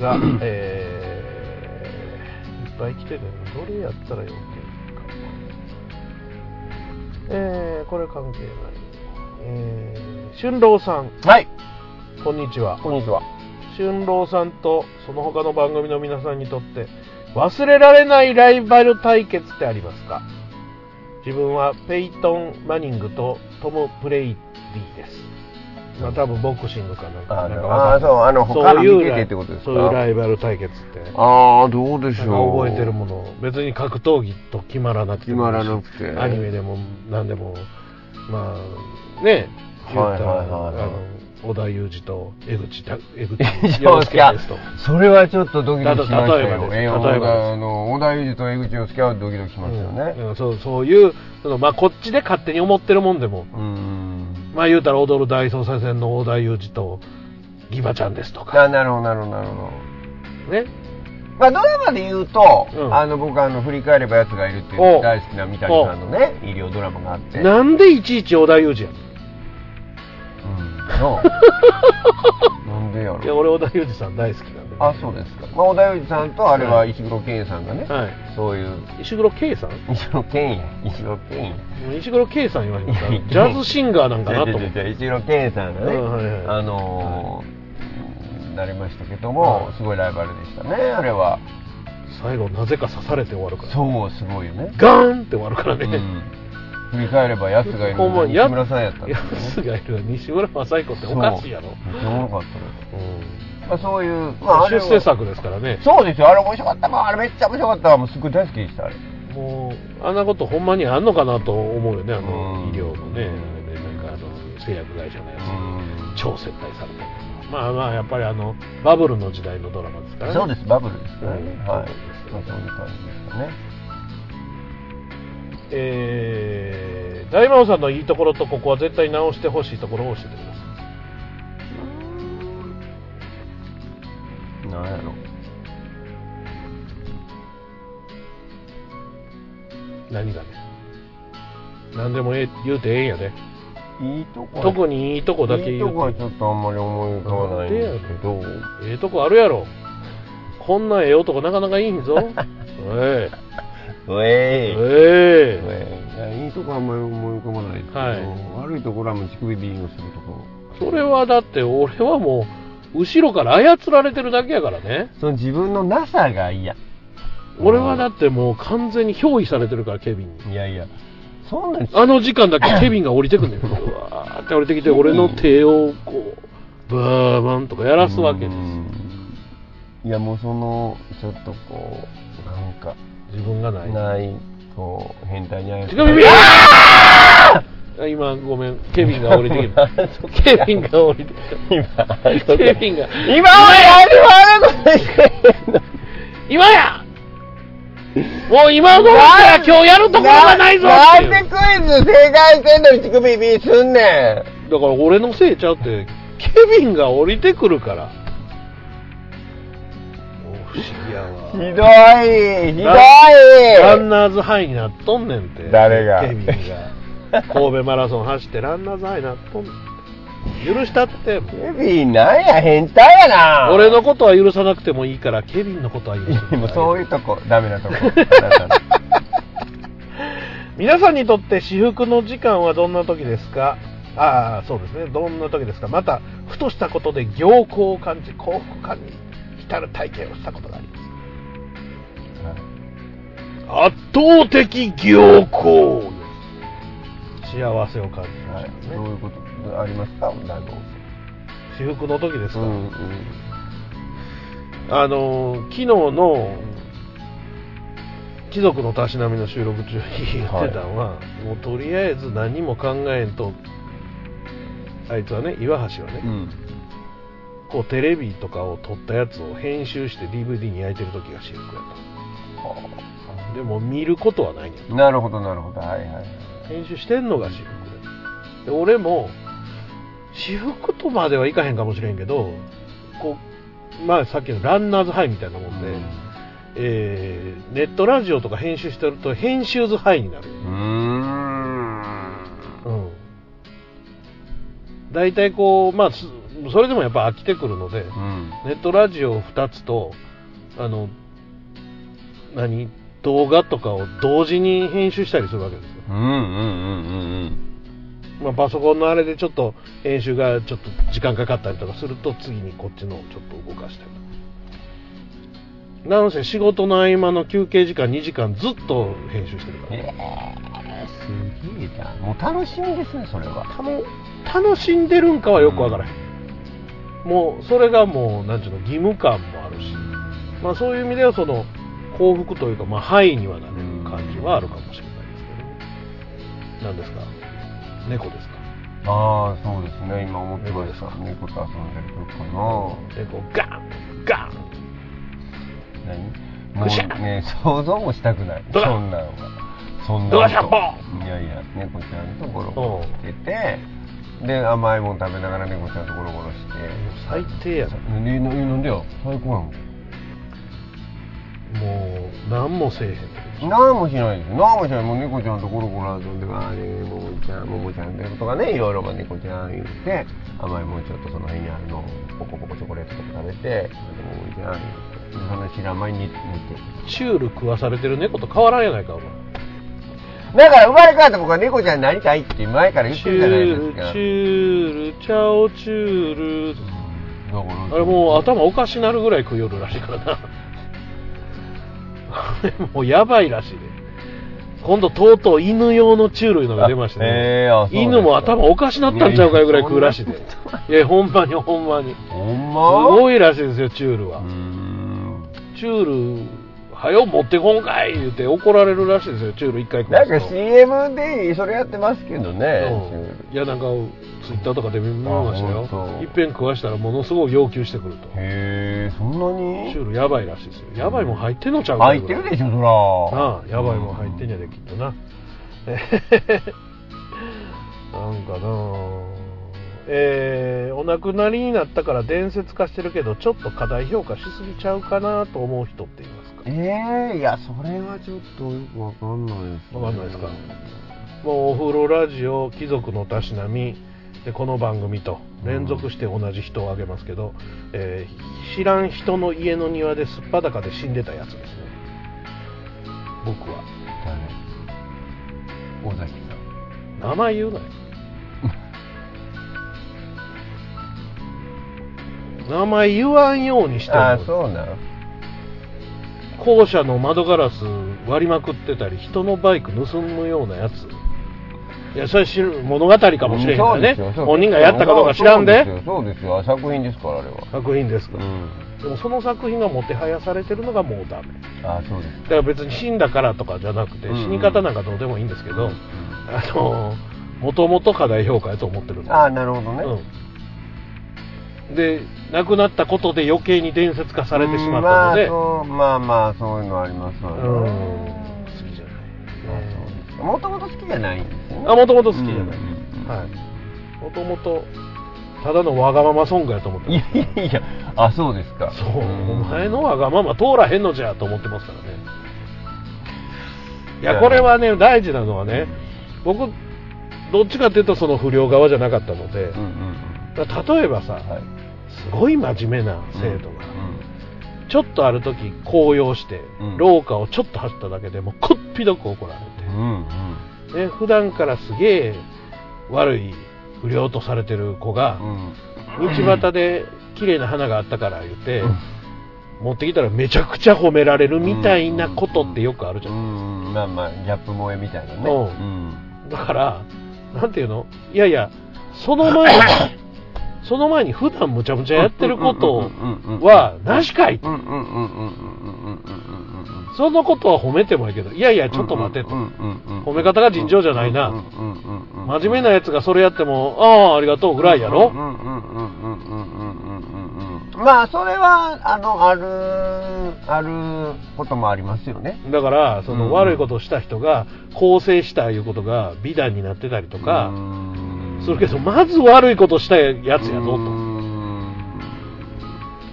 Speaker 2: が、えー、いっぱい来てるのどれやったらよけるかなえー、これ関係ない、えー、春郎さん
Speaker 1: はい。
Speaker 2: こんにちは
Speaker 1: こんにちは。
Speaker 2: 春郎さんとその他の番組の皆さんにとって忘れられないライバル対決ってありますか自分はペイトン・マニングとトム・プレイディです、まあ、多分ボクシングかなんか
Speaker 1: あ
Speaker 2: なんか
Speaker 1: あーそうあの他の
Speaker 2: そういう
Speaker 1: 見て
Speaker 2: ラ
Speaker 1: て
Speaker 2: イ
Speaker 1: ってことですか
Speaker 2: そういうライバル対決ってなんか
Speaker 1: ああ、どうでしょう。
Speaker 2: 覚えてるものを別に格闘技と決まらなくて
Speaker 1: 決
Speaker 2: も
Speaker 1: まらなくて。
Speaker 2: アニメでも何でもまあね
Speaker 1: は
Speaker 2: え
Speaker 1: い
Speaker 2: 言
Speaker 1: は
Speaker 2: っ
Speaker 1: い
Speaker 2: た
Speaker 1: はい
Speaker 2: らあ
Speaker 1: はい
Speaker 2: の織田裕二と江口た江口
Speaker 1: そうですか
Speaker 2: ですと。
Speaker 1: それはちょっとドキドキしました
Speaker 2: 例え
Speaker 1: よ
Speaker 2: ば。です
Speaker 1: えー
Speaker 2: 例えばです
Speaker 1: あの、小田裕二と江口洋介はドキドキしますよね。
Speaker 2: うん、そうそういうその、まあ、こっちで勝手に思ってるもんでも、
Speaker 1: うん。
Speaker 2: まあ、言うたら踊る大捜査線の大田裕二とギバちゃんですとか、
Speaker 1: ななるほど、なるほど、なるほど。
Speaker 2: ね、
Speaker 1: まあ、ドラマで言うと、
Speaker 2: うん
Speaker 1: あの僕あの振り返れば奴がいるってい
Speaker 2: お
Speaker 1: う
Speaker 2: う
Speaker 1: 大好きな三谷さんのね医療ドラマがあってうん
Speaker 2: なんでいちいち大田裕二やねん
Speaker 1: [laughs] なあなんでや
Speaker 2: いや
Speaker 1: ろ
Speaker 2: 俺大田裕二さん大好きなんで、
Speaker 1: あそうですか、まあ、小田裕二さんとあれは石黒賢さんがね、
Speaker 2: は
Speaker 1: そういう
Speaker 2: い、石黒圭さん
Speaker 1: 石黒賢や石黒賢や
Speaker 2: 石黒圭さん言わへんかった
Speaker 1: いや
Speaker 2: ジャズシンガーなんかなと思っ
Speaker 1: 違う
Speaker 2: て
Speaker 1: 違う違う石黒賢さんがね、
Speaker 2: うんはいはい
Speaker 1: あのーなりましたけども、
Speaker 2: はい
Speaker 1: すごいライバルでしたねあれは
Speaker 2: 最後なぜか刺されて終わるから
Speaker 1: そうすごいよね、
Speaker 2: ガーンって終わるから
Speaker 1: う
Speaker 2: ね、
Speaker 1: ん、振り返れば奴がいる
Speaker 2: ほんま
Speaker 1: の
Speaker 2: に
Speaker 1: 西村さんやったんだよね
Speaker 2: やつがいるの西村雅彦っておかしいやろ、
Speaker 1: めっちゃおもろかったね
Speaker 2: うん
Speaker 1: まあ、そういう、まあ、あれ
Speaker 2: 出
Speaker 1: は
Speaker 2: 世作ですからね
Speaker 1: そうですよあれ面白かったもんあれめっちゃ面白かったわもうすっごい大好きでしたあれ
Speaker 2: もうあんなことほんまにあんのかなと思うよねあ
Speaker 1: うん
Speaker 2: の医療のねあれでなんかあの製薬会社のやつ超接待されてまあまあやっぱりあのバブルの時代のドラマですからね
Speaker 1: そうですバブルですからね、
Speaker 2: う
Speaker 1: はい
Speaker 2: んそう
Speaker 1: まあ、
Speaker 2: です
Speaker 1: そういう感じでしたね
Speaker 2: えー大魔王さんのいいところとここは絶対直してほしいところを教えてくださ
Speaker 1: なんやろ
Speaker 2: い何がね何でもええ言うてええんやで
Speaker 1: いいとこ
Speaker 2: 特
Speaker 1: に
Speaker 2: にいいとこだけ
Speaker 1: いい
Speaker 2: 言
Speaker 1: と
Speaker 2: う
Speaker 1: こ
Speaker 2: て
Speaker 1: はちょっとあんまり思い浮かばないんですけど
Speaker 2: ええとこあるやろこんなええ男なかなかいいん
Speaker 1: [laughs]
Speaker 2: ぞえ
Speaker 1: うえ
Speaker 2: え
Speaker 1: い
Speaker 2: ええ
Speaker 1: いいとこはあんまり思い浮かばないですけど、
Speaker 2: は
Speaker 1: 悪いところはもう乳首ビーンをするところ
Speaker 2: それはだって俺はもう後ろから操られてるだけやからね
Speaker 1: その自分のなさが嫌
Speaker 2: 俺はだってもう完全に憑依されてるからケビンに
Speaker 1: いやいやそんなに
Speaker 2: あの時間だけケビンが降りてくんだようわーって降りてきて俺の手をこうバーバンとかやらすわけです
Speaker 1: うんいやもうそのちょっとこうなんか
Speaker 2: 自分がない
Speaker 1: ないと変態に会え
Speaker 2: 乳首ビーン今ごめんケビンが降りてき
Speaker 1: [laughs] あそ
Speaker 2: たケビンが降りて
Speaker 1: 今
Speaker 2: きたケビンが
Speaker 1: 今はやるわ
Speaker 2: 今やもう今頃から今日やるところがないぞってい
Speaker 1: な
Speaker 2: うん
Speaker 1: でクイズ正解してんのに乳首ビーすんねん
Speaker 2: だから俺のせいちゃうってケビンが降りてくるからもう不思議やわ
Speaker 1: ひどいひ
Speaker 2: ラ
Speaker 1: ど
Speaker 2: ン
Speaker 1: い
Speaker 2: ナーズハイになっとんねんて
Speaker 1: 誰が
Speaker 2: ケビンが神戸マラソン走ってランナーズハイになっとんねん許したってもう
Speaker 1: ケビンなんや変態やな
Speaker 2: 俺のことは許さなくてもいいからケビンのことは許さな
Speaker 1: でも
Speaker 2: [laughs] くて
Speaker 1: そう
Speaker 2: い
Speaker 1: いうとこダメなとこあなたの
Speaker 2: 皆さんにとって至福の時間はどんな時ですかああそうですねどんな時ですかまたふとしたことで行幸を感じ幸福感に浸る体験をしたことがあります圧倒的行幸です幸せを感じま
Speaker 1: は
Speaker 2: し
Speaker 1: い
Speaker 2: た、ね、
Speaker 1: どういうことありますか大悟
Speaker 2: 至福の時です
Speaker 1: う
Speaker 2: か、
Speaker 1: んうん
Speaker 2: あのー昨日の貴族のたしなみの収録中に言ってたのは、もうとりあえず何も考えんとあいつはね岩橋はね、
Speaker 1: うん
Speaker 2: こうテレビとかを撮ったやつを編集して DVD に焼いてる時が私服やったでも見ることはないねん
Speaker 1: なるほどなるほどはいはい
Speaker 2: 編集してんのが私服でで俺も私服とまではいかへんかもしれんけどこうまあさっきのランナーズハイみたいなもんで、えーネットラジオとか編集してると編集図ハイになる、
Speaker 1: うーん
Speaker 2: うん、大体こうまあすそれでもやっぱ飽きてくるので、
Speaker 1: うん
Speaker 2: ネットラジオ2つとあの何動画とかを同時に編集したりするわけですよ
Speaker 1: うんうんうん
Speaker 2: まあ、パソコンのあれでちょっと編集がちょっと時間かかったりとかすると次にこっちのちょっと動かしたりとかなんせ仕事の合間の休憩時間2時間ずっと編集してるから、ね、
Speaker 1: すげえなもう楽しみですねそれは
Speaker 2: たの楽しんでるんかはよくわからへん、もうそれがもうなんちゅうの義務感もあるし、まあ、そういう意味ではその幸福というかまあ範囲にはなれる感じはあるかもしれないですけど何ですか猫ですか
Speaker 1: ああそうですね今思ってました猫と遊んでるとこの
Speaker 2: 猫ガンガン
Speaker 1: 何もう
Speaker 2: ぐしゃ
Speaker 1: ね想像もしたくないそ
Speaker 2: ど
Speaker 1: ん
Speaker 2: ら
Speaker 1: なんはそんな
Speaker 2: ど
Speaker 1: こ
Speaker 2: らしゃ
Speaker 1: といやいや猫ちゃんとゴロゴロしててで甘いもん食べながら猫ちゃんとゴロゴロして
Speaker 2: 最低やな
Speaker 1: ねななんでや最高やもん
Speaker 2: もう何もせえへん
Speaker 1: なんもしないです。なんもしない。もう猫ちゃんとゴロゴロ遊んで、あーね、ももちゃん、ももちゃんでとかね、いろいろまあ猫ちゃん言って、甘いもんちょっとその辺にあるの、ポコポコチョコレートとか食べて、でももちゃん言って、その知らん前に見て。
Speaker 2: チュール食わされてる猫と変わらんやないかお前
Speaker 1: だから生まれ変わった僕は猫ちゃんになりたいって前から言っ
Speaker 2: チ
Speaker 1: てるじゃないで
Speaker 2: ュ
Speaker 1: す
Speaker 2: ール
Speaker 1: か。
Speaker 2: チュールチャオチュール
Speaker 1: だから
Speaker 2: あれもう頭おかしなるぐらい食いよるらしいからな [laughs] あれもうやばいらしいで今度とうとう犬用のチュールいうのが出ましたね、
Speaker 1: あえーあそうですか
Speaker 2: 犬も頭おかしなったんちゃうかいうぐらい食うらしいでいやほんまにほんまにす
Speaker 1: ほんます
Speaker 2: ごいらしいですよチュールは、
Speaker 1: うーん。
Speaker 2: チュール、はよ持ってこんかい言うて怒られるらしいですよ、チュール一回食
Speaker 1: なん
Speaker 2: う
Speaker 1: か
Speaker 2: と
Speaker 1: CM でそれやってますけどね。
Speaker 2: うんいや、なんか、ツイッターとかで見ました
Speaker 1: あ
Speaker 2: よ
Speaker 1: 本。当
Speaker 2: いっぺん食わしたらものすごい要求してくると。
Speaker 1: へえ、そんなに
Speaker 2: チュールやばいらしいですよ。やばいもん入ってんのちゃうか
Speaker 1: 入ってるでしょ、そら。
Speaker 2: なあ、やばいもん入ってんやで、きっとな。 [laughs] なんかなあえーお亡くなりになったから伝説化してるけど、ちょっと過大評価しすぎちゃうかなと思う人っていますか
Speaker 1: ええいや、それはちょっとよくわかんないです、
Speaker 2: わかんないですかもうお風呂ラジオ貴族のたしなみでこの番組と連続して同じ人を挙げますけど、えー知らん人の家の庭ですっ裸で死んでたやつですね僕は
Speaker 1: 誰尾崎
Speaker 2: 名前言うな
Speaker 1: [laughs]
Speaker 2: よ名前言わんようにして
Speaker 1: さん。ああ、
Speaker 2: る
Speaker 1: そうなの
Speaker 2: 校舎の窓ガラス割りまくってたり人のバイク盗むようなやついやそれ知る物語かもしれへんからね本人がやったかどうか知らんで
Speaker 1: そうですよ、そうですよ作品ですから、あれは。
Speaker 2: 作品ですか、
Speaker 1: ん。
Speaker 2: でもその作品がもてはやされてるのがもうダメだ
Speaker 1: ああ、そうです。
Speaker 2: から別に死んだからとかじゃなくて
Speaker 1: うんうん
Speaker 2: 死に方なんかどうでもいいんですけど、あのもともと過大評価やと思ってるんで
Speaker 1: ああ、なるほどね。
Speaker 2: うん、で亡くなったことで余計に伝説化されてしまったので、
Speaker 1: うんまあそうまあまあそういうのありますわね
Speaker 2: うん好きじゃない、
Speaker 1: もともと好きじゃないんですよね
Speaker 2: あもともと好きじゃない、
Speaker 1: うん
Speaker 2: はいもともとただのわがままソングやと思って
Speaker 1: い
Speaker 2: ます
Speaker 1: やいやいやあそうですか
Speaker 2: そうお前のわがまま通らへんのじゃと思ってますからねいやこれはね大事なのはね僕どっちかっていうとその不良側じゃなかったので
Speaker 1: うんうんうん
Speaker 2: だから例えばさ
Speaker 1: はい
Speaker 2: すごい真面目な生徒が
Speaker 1: うん
Speaker 2: ちょっとある時高揚して、
Speaker 1: うん
Speaker 2: 廊下をちょっと走っただけでもうこっぴどく怒られて
Speaker 1: うん
Speaker 2: で普段からすげえ悪い不良とされてる子が
Speaker 1: う、ん
Speaker 2: 道端で綺麗な花があったから言って、持ってきたらめちゃくちゃ褒められるみたいなことってよくあるじ
Speaker 1: う
Speaker 2: ゃん、
Speaker 1: んうんまあまあギャップ萌えみたいなね
Speaker 2: うん
Speaker 1: うん
Speaker 2: だからなんていうのいやいやその
Speaker 1: [coughs]
Speaker 2: 前にその前に普段むちゃむちゃやってることはなしかい
Speaker 1: うんうんうんうんうんうんうんうんうん
Speaker 2: そのことは褒めてもいいけどいやいやちょっと待てと、
Speaker 1: 褒
Speaker 2: 褒め方が尋常じゃないな真面目な
Speaker 1: や
Speaker 2: やつがそれやってもああありがとうぐらいやろ、
Speaker 1: まあそれはあのあるあることもありますよね
Speaker 2: だからそ
Speaker 1: うん
Speaker 2: の悪いことをした人が更生したいうことが美談になってたりとかするけどまず悪いことしたやつやぞと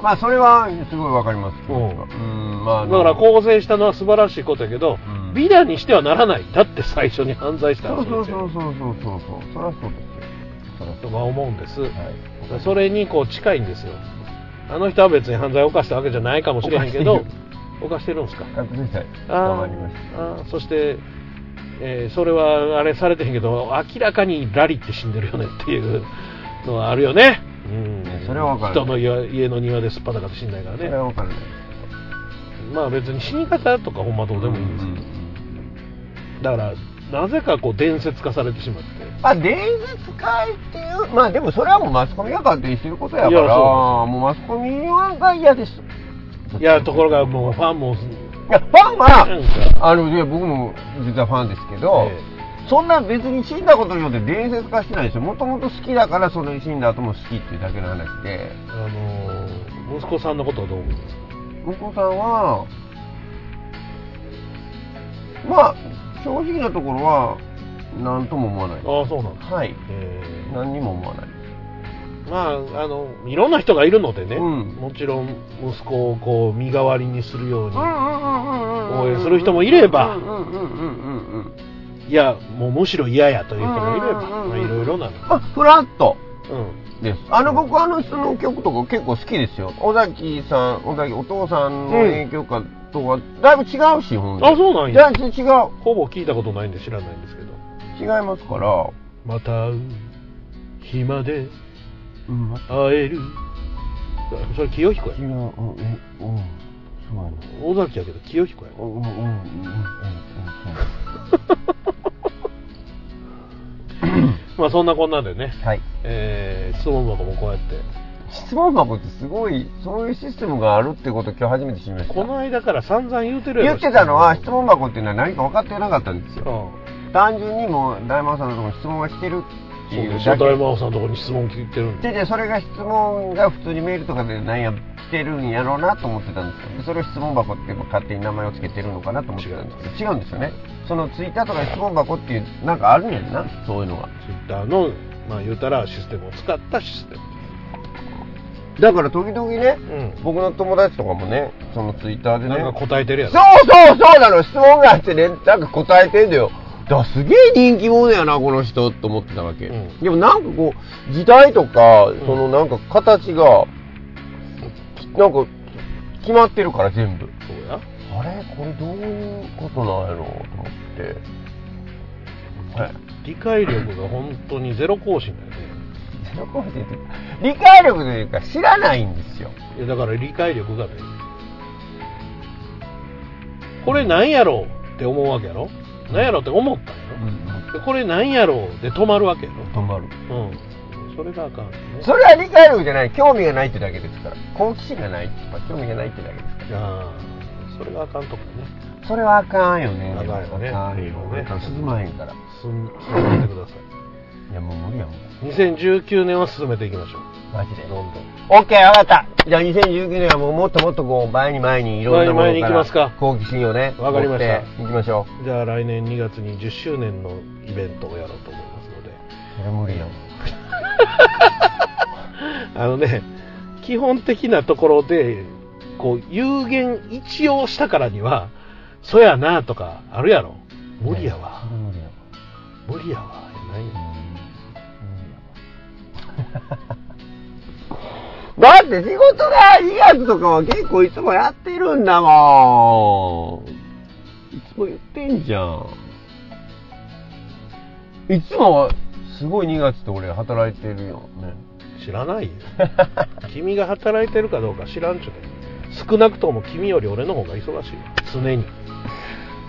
Speaker 1: まあそれはすごいわかりますまあ
Speaker 2: だから構成したのは素晴らしいことやけど、
Speaker 1: うん
Speaker 2: 美談にしてはならないだって最初に犯罪した
Speaker 1: そうそうそう
Speaker 2: と
Speaker 1: そうそうそうそうそりゃそうですよそりゃそう
Speaker 2: か思うんです、
Speaker 1: はい
Speaker 2: それにこう近いんですよあの人は別に犯罪を犯したわけじゃないかもしれへんけど犯してるんですか
Speaker 1: 確認したい
Speaker 2: あ
Speaker 1: 捕まりました
Speaker 2: ーあーそして、えーそれはあれされてへんけど明らかにラリって死んでるよねっていうのはあるよね、うん
Speaker 1: ねそれはわかる
Speaker 2: 人の家家の庭で素っ裸で死んないから
Speaker 1: それ
Speaker 2: ね
Speaker 1: は分からない
Speaker 2: まあ別に死に方とかほんまどうでもいいんですけど、だからなぜかこう伝説化されてしまって
Speaker 1: まあ、伝説会っていう、まあでもそれはもうマスコミが勝手にしてることやから、
Speaker 2: いやそ
Speaker 1: もうマスコミが嫌です。
Speaker 2: いやところがもうファンも
Speaker 1: いや、ファン
Speaker 2: なん
Speaker 1: は、
Speaker 2: か
Speaker 1: あの、いや僕も実はファンですけど、
Speaker 2: え
Speaker 1: そんな別に死んだことによって伝説化してないですよ。もともと好きだから、その死んだ後も好きっていうだけの話で、
Speaker 2: あのー息子さんのことはどう思いますか
Speaker 1: 向こうさんは、まあ、正直なところは、何とも思わない。
Speaker 2: ああそうなんだ、
Speaker 1: はい。
Speaker 2: えー
Speaker 1: 何にも思わない。
Speaker 2: まあ、あのいろんな人がいるのでね、
Speaker 1: うん
Speaker 2: もちろん息子をこう身代わりにするように、
Speaker 1: 応
Speaker 2: 応援する人もいれば
Speaker 1: うんうんうんうんうんうん
Speaker 2: いやもうむしろ嫌やという人もいれば、
Speaker 1: うんうんうんうん
Speaker 2: まあ、いろいろなの、
Speaker 1: まあ、フラット
Speaker 2: うん、
Speaker 1: です。あの、僕、あの人の曲とか結構好きですよ。尾崎さん、尾崎、お父さんの影響かとは、だいぶ違うし、ほん
Speaker 2: あそうなん
Speaker 1: いや、
Speaker 2: や
Speaker 1: 違う、違い
Speaker 2: ほぼ聞いたことないんで知らないんですけど
Speaker 1: ますから、
Speaker 2: また会う暇で
Speaker 1: うん、
Speaker 2: 会えるそれ清彦や
Speaker 1: 違う、うん、うん、うん、そうやな。
Speaker 2: 尾崎やけど清彦や
Speaker 1: うん、うん、うん、うん、うん、
Speaker 2: まあそんなこんなでね、
Speaker 1: はい。
Speaker 2: えー、質問箱もこうやって
Speaker 1: 質問箱ってすごい、そういうシステムがあるってことを今日初めて知りました。
Speaker 2: この間から散々言うてるや
Speaker 1: 言
Speaker 2: ろ
Speaker 1: ってたのは、質問箱っていうのは何か分かってなかったんですよ。
Speaker 2: うん
Speaker 1: 単純にもう大魔王さんのところに質問が来てるって
Speaker 2: そう
Speaker 1: いう
Speaker 2: で
Speaker 1: だ
Speaker 2: しょ
Speaker 1: け
Speaker 2: 大魔王さんのところに質問聞いてるんで
Speaker 1: ででそれが質問が普通にメールとかでなんや来てるんやろうなと思ってたんですけどでそれを質問箱って勝手に名前を付けてるのかなと思ってたんですけど違うんですよねそのツイッターとか質問箱っていうなんかあるんやんなそういうのが
Speaker 2: Twitter のまあ言うたらシステムを使ったシステム
Speaker 1: だから時々ね
Speaker 2: う
Speaker 1: 僕の友達とかもねそのツイッターで
Speaker 2: ん、
Speaker 1: ね
Speaker 2: なんか答えてるや
Speaker 1: そ
Speaker 2: ろ
Speaker 1: うそうそうなの質問があってねなんか答えてんだよだからすげえ人気者やなこの人と思ってたわけ、
Speaker 2: うん
Speaker 1: でもなんかこう時代とか
Speaker 2: ん
Speaker 1: そのなんか形が、きなんか決まってるから全部
Speaker 2: そうや
Speaker 1: あれこれどういうことなんやろうと思ってこれ
Speaker 2: 理解力が本当にゼロ更新だよね
Speaker 1: ゼロコーチっていうか理解力というか知らないんですよ
Speaker 2: いやだから理解力がねこれなんやろうって思うわけやろなんやろうって思ったんやろ、でこれなんやろうで止まるわけやろ
Speaker 1: 止まる
Speaker 2: うんそれがあかんよね
Speaker 1: それは理解力じゃない興味がないってだけですから好奇心がないとか興味がないってだけですから
Speaker 2: ああそれがあかんとこね
Speaker 1: それはあかんよね。
Speaker 2: あかんよね
Speaker 1: あかんよね。進まへんから。い
Speaker 2: 進ん進めてくださ
Speaker 1: や、もう無理やもん。
Speaker 2: い2019年は進めていきましょ
Speaker 1: マジで
Speaker 2: う。どんどん
Speaker 1: オッケー、わかった。じゃあ2019年はもうもっともっとこう、前に前にいろんなものから
Speaker 2: 前に前に行きますか
Speaker 1: 好奇心をね。
Speaker 2: わかりました
Speaker 1: 持って行きましょ
Speaker 2: じゃあ来年2月に10周年のイベントをやろうと思いますので
Speaker 1: う。それ無理やもん。
Speaker 2: あのね基本的なところでこう有限一応したからにはそやなとかあるやろ無理やわ
Speaker 1: それ無理やわ。
Speaker 2: 無理やわやない
Speaker 1: うん無理やわ。だって仕事がいいやつとかは結構いつもやってるんだもん。いつも言ってんじゃん。いつもは、すごい2月って俺働いてるよね。
Speaker 2: 知らないよ君が働いてるかどうか知らんちゅうねん少なくとも君より俺の方が忙しいよ常に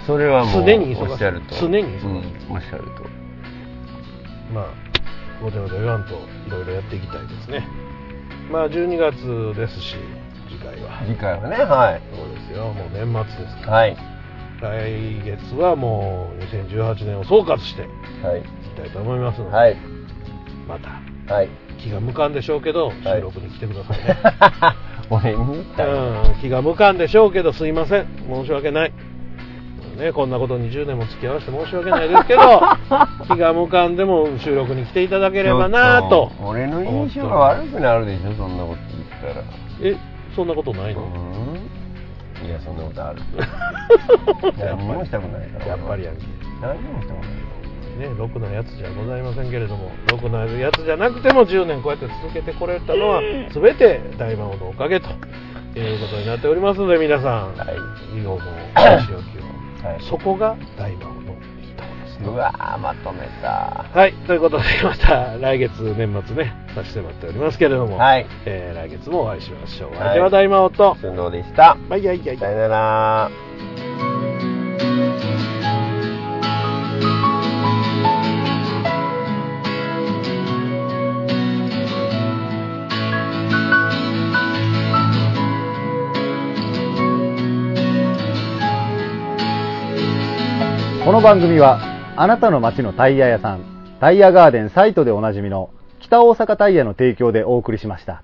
Speaker 1: それはもう、
Speaker 2: 常に忙しい
Speaker 1: おっしゃると。
Speaker 2: 常に忙しい
Speaker 1: うん、おっしゃると。
Speaker 2: まあごちゃごちゃ言わんといろいろやっていきたいですねまあ12月ですし次回は
Speaker 1: 次回はね、はい。
Speaker 2: そうですよもう年末ですか
Speaker 1: はい。
Speaker 2: ら来月はもう2018年を総括してい
Speaker 1: はい。
Speaker 2: きたいと思いますので、
Speaker 1: はい。
Speaker 2: また
Speaker 1: はい。 [laughs]
Speaker 2: 気が向かんでしょうけど
Speaker 1: い
Speaker 2: 収録に来てくださいね、
Speaker 1: 俺に言ったよ。
Speaker 2: うん、気が向かんでしょうけどすいません申し訳ない、ね、こんなことに10年も付き合わせて申し訳ないですけど
Speaker 1: [laughs]
Speaker 2: 気が向かんでも収録に来ていただければなぁと
Speaker 1: ちょっ俺の印象が悪くなるでしょ、そんなこと言ったら。
Speaker 2: えそんなことないうの
Speaker 1: んいや、そんなこと
Speaker 2: [laughs]
Speaker 1: ある。何もしたくないから。
Speaker 2: やっぱりやんけ
Speaker 1: 何もしたくないよ
Speaker 2: ねろくなやつじゃございませんけれどもろくなやつじゃなくても10年こうやって続けてこれたのは全て大魔王のおかげということになっておりますので皆さん、
Speaker 1: はい
Speaker 2: 以後もお仕置きを、
Speaker 1: はい
Speaker 2: そこが大魔王のいいところですね
Speaker 1: うわー、まとめた。
Speaker 2: はい、ということで、また来月年末ね、差し迫っておりますけれども、
Speaker 1: はい。
Speaker 2: えー来月もお会いしましょう。
Speaker 1: はい
Speaker 2: 相手は大魔王と、
Speaker 1: 寸胴でした。
Speaker 2: バイバイバイ
Speaker 1: さよなら。
Speaker 3: この番組はあなたの街のタイヤ屋さんタイヤガーデンサイトでおなじみの北大阪タイヤの提供でお送りしました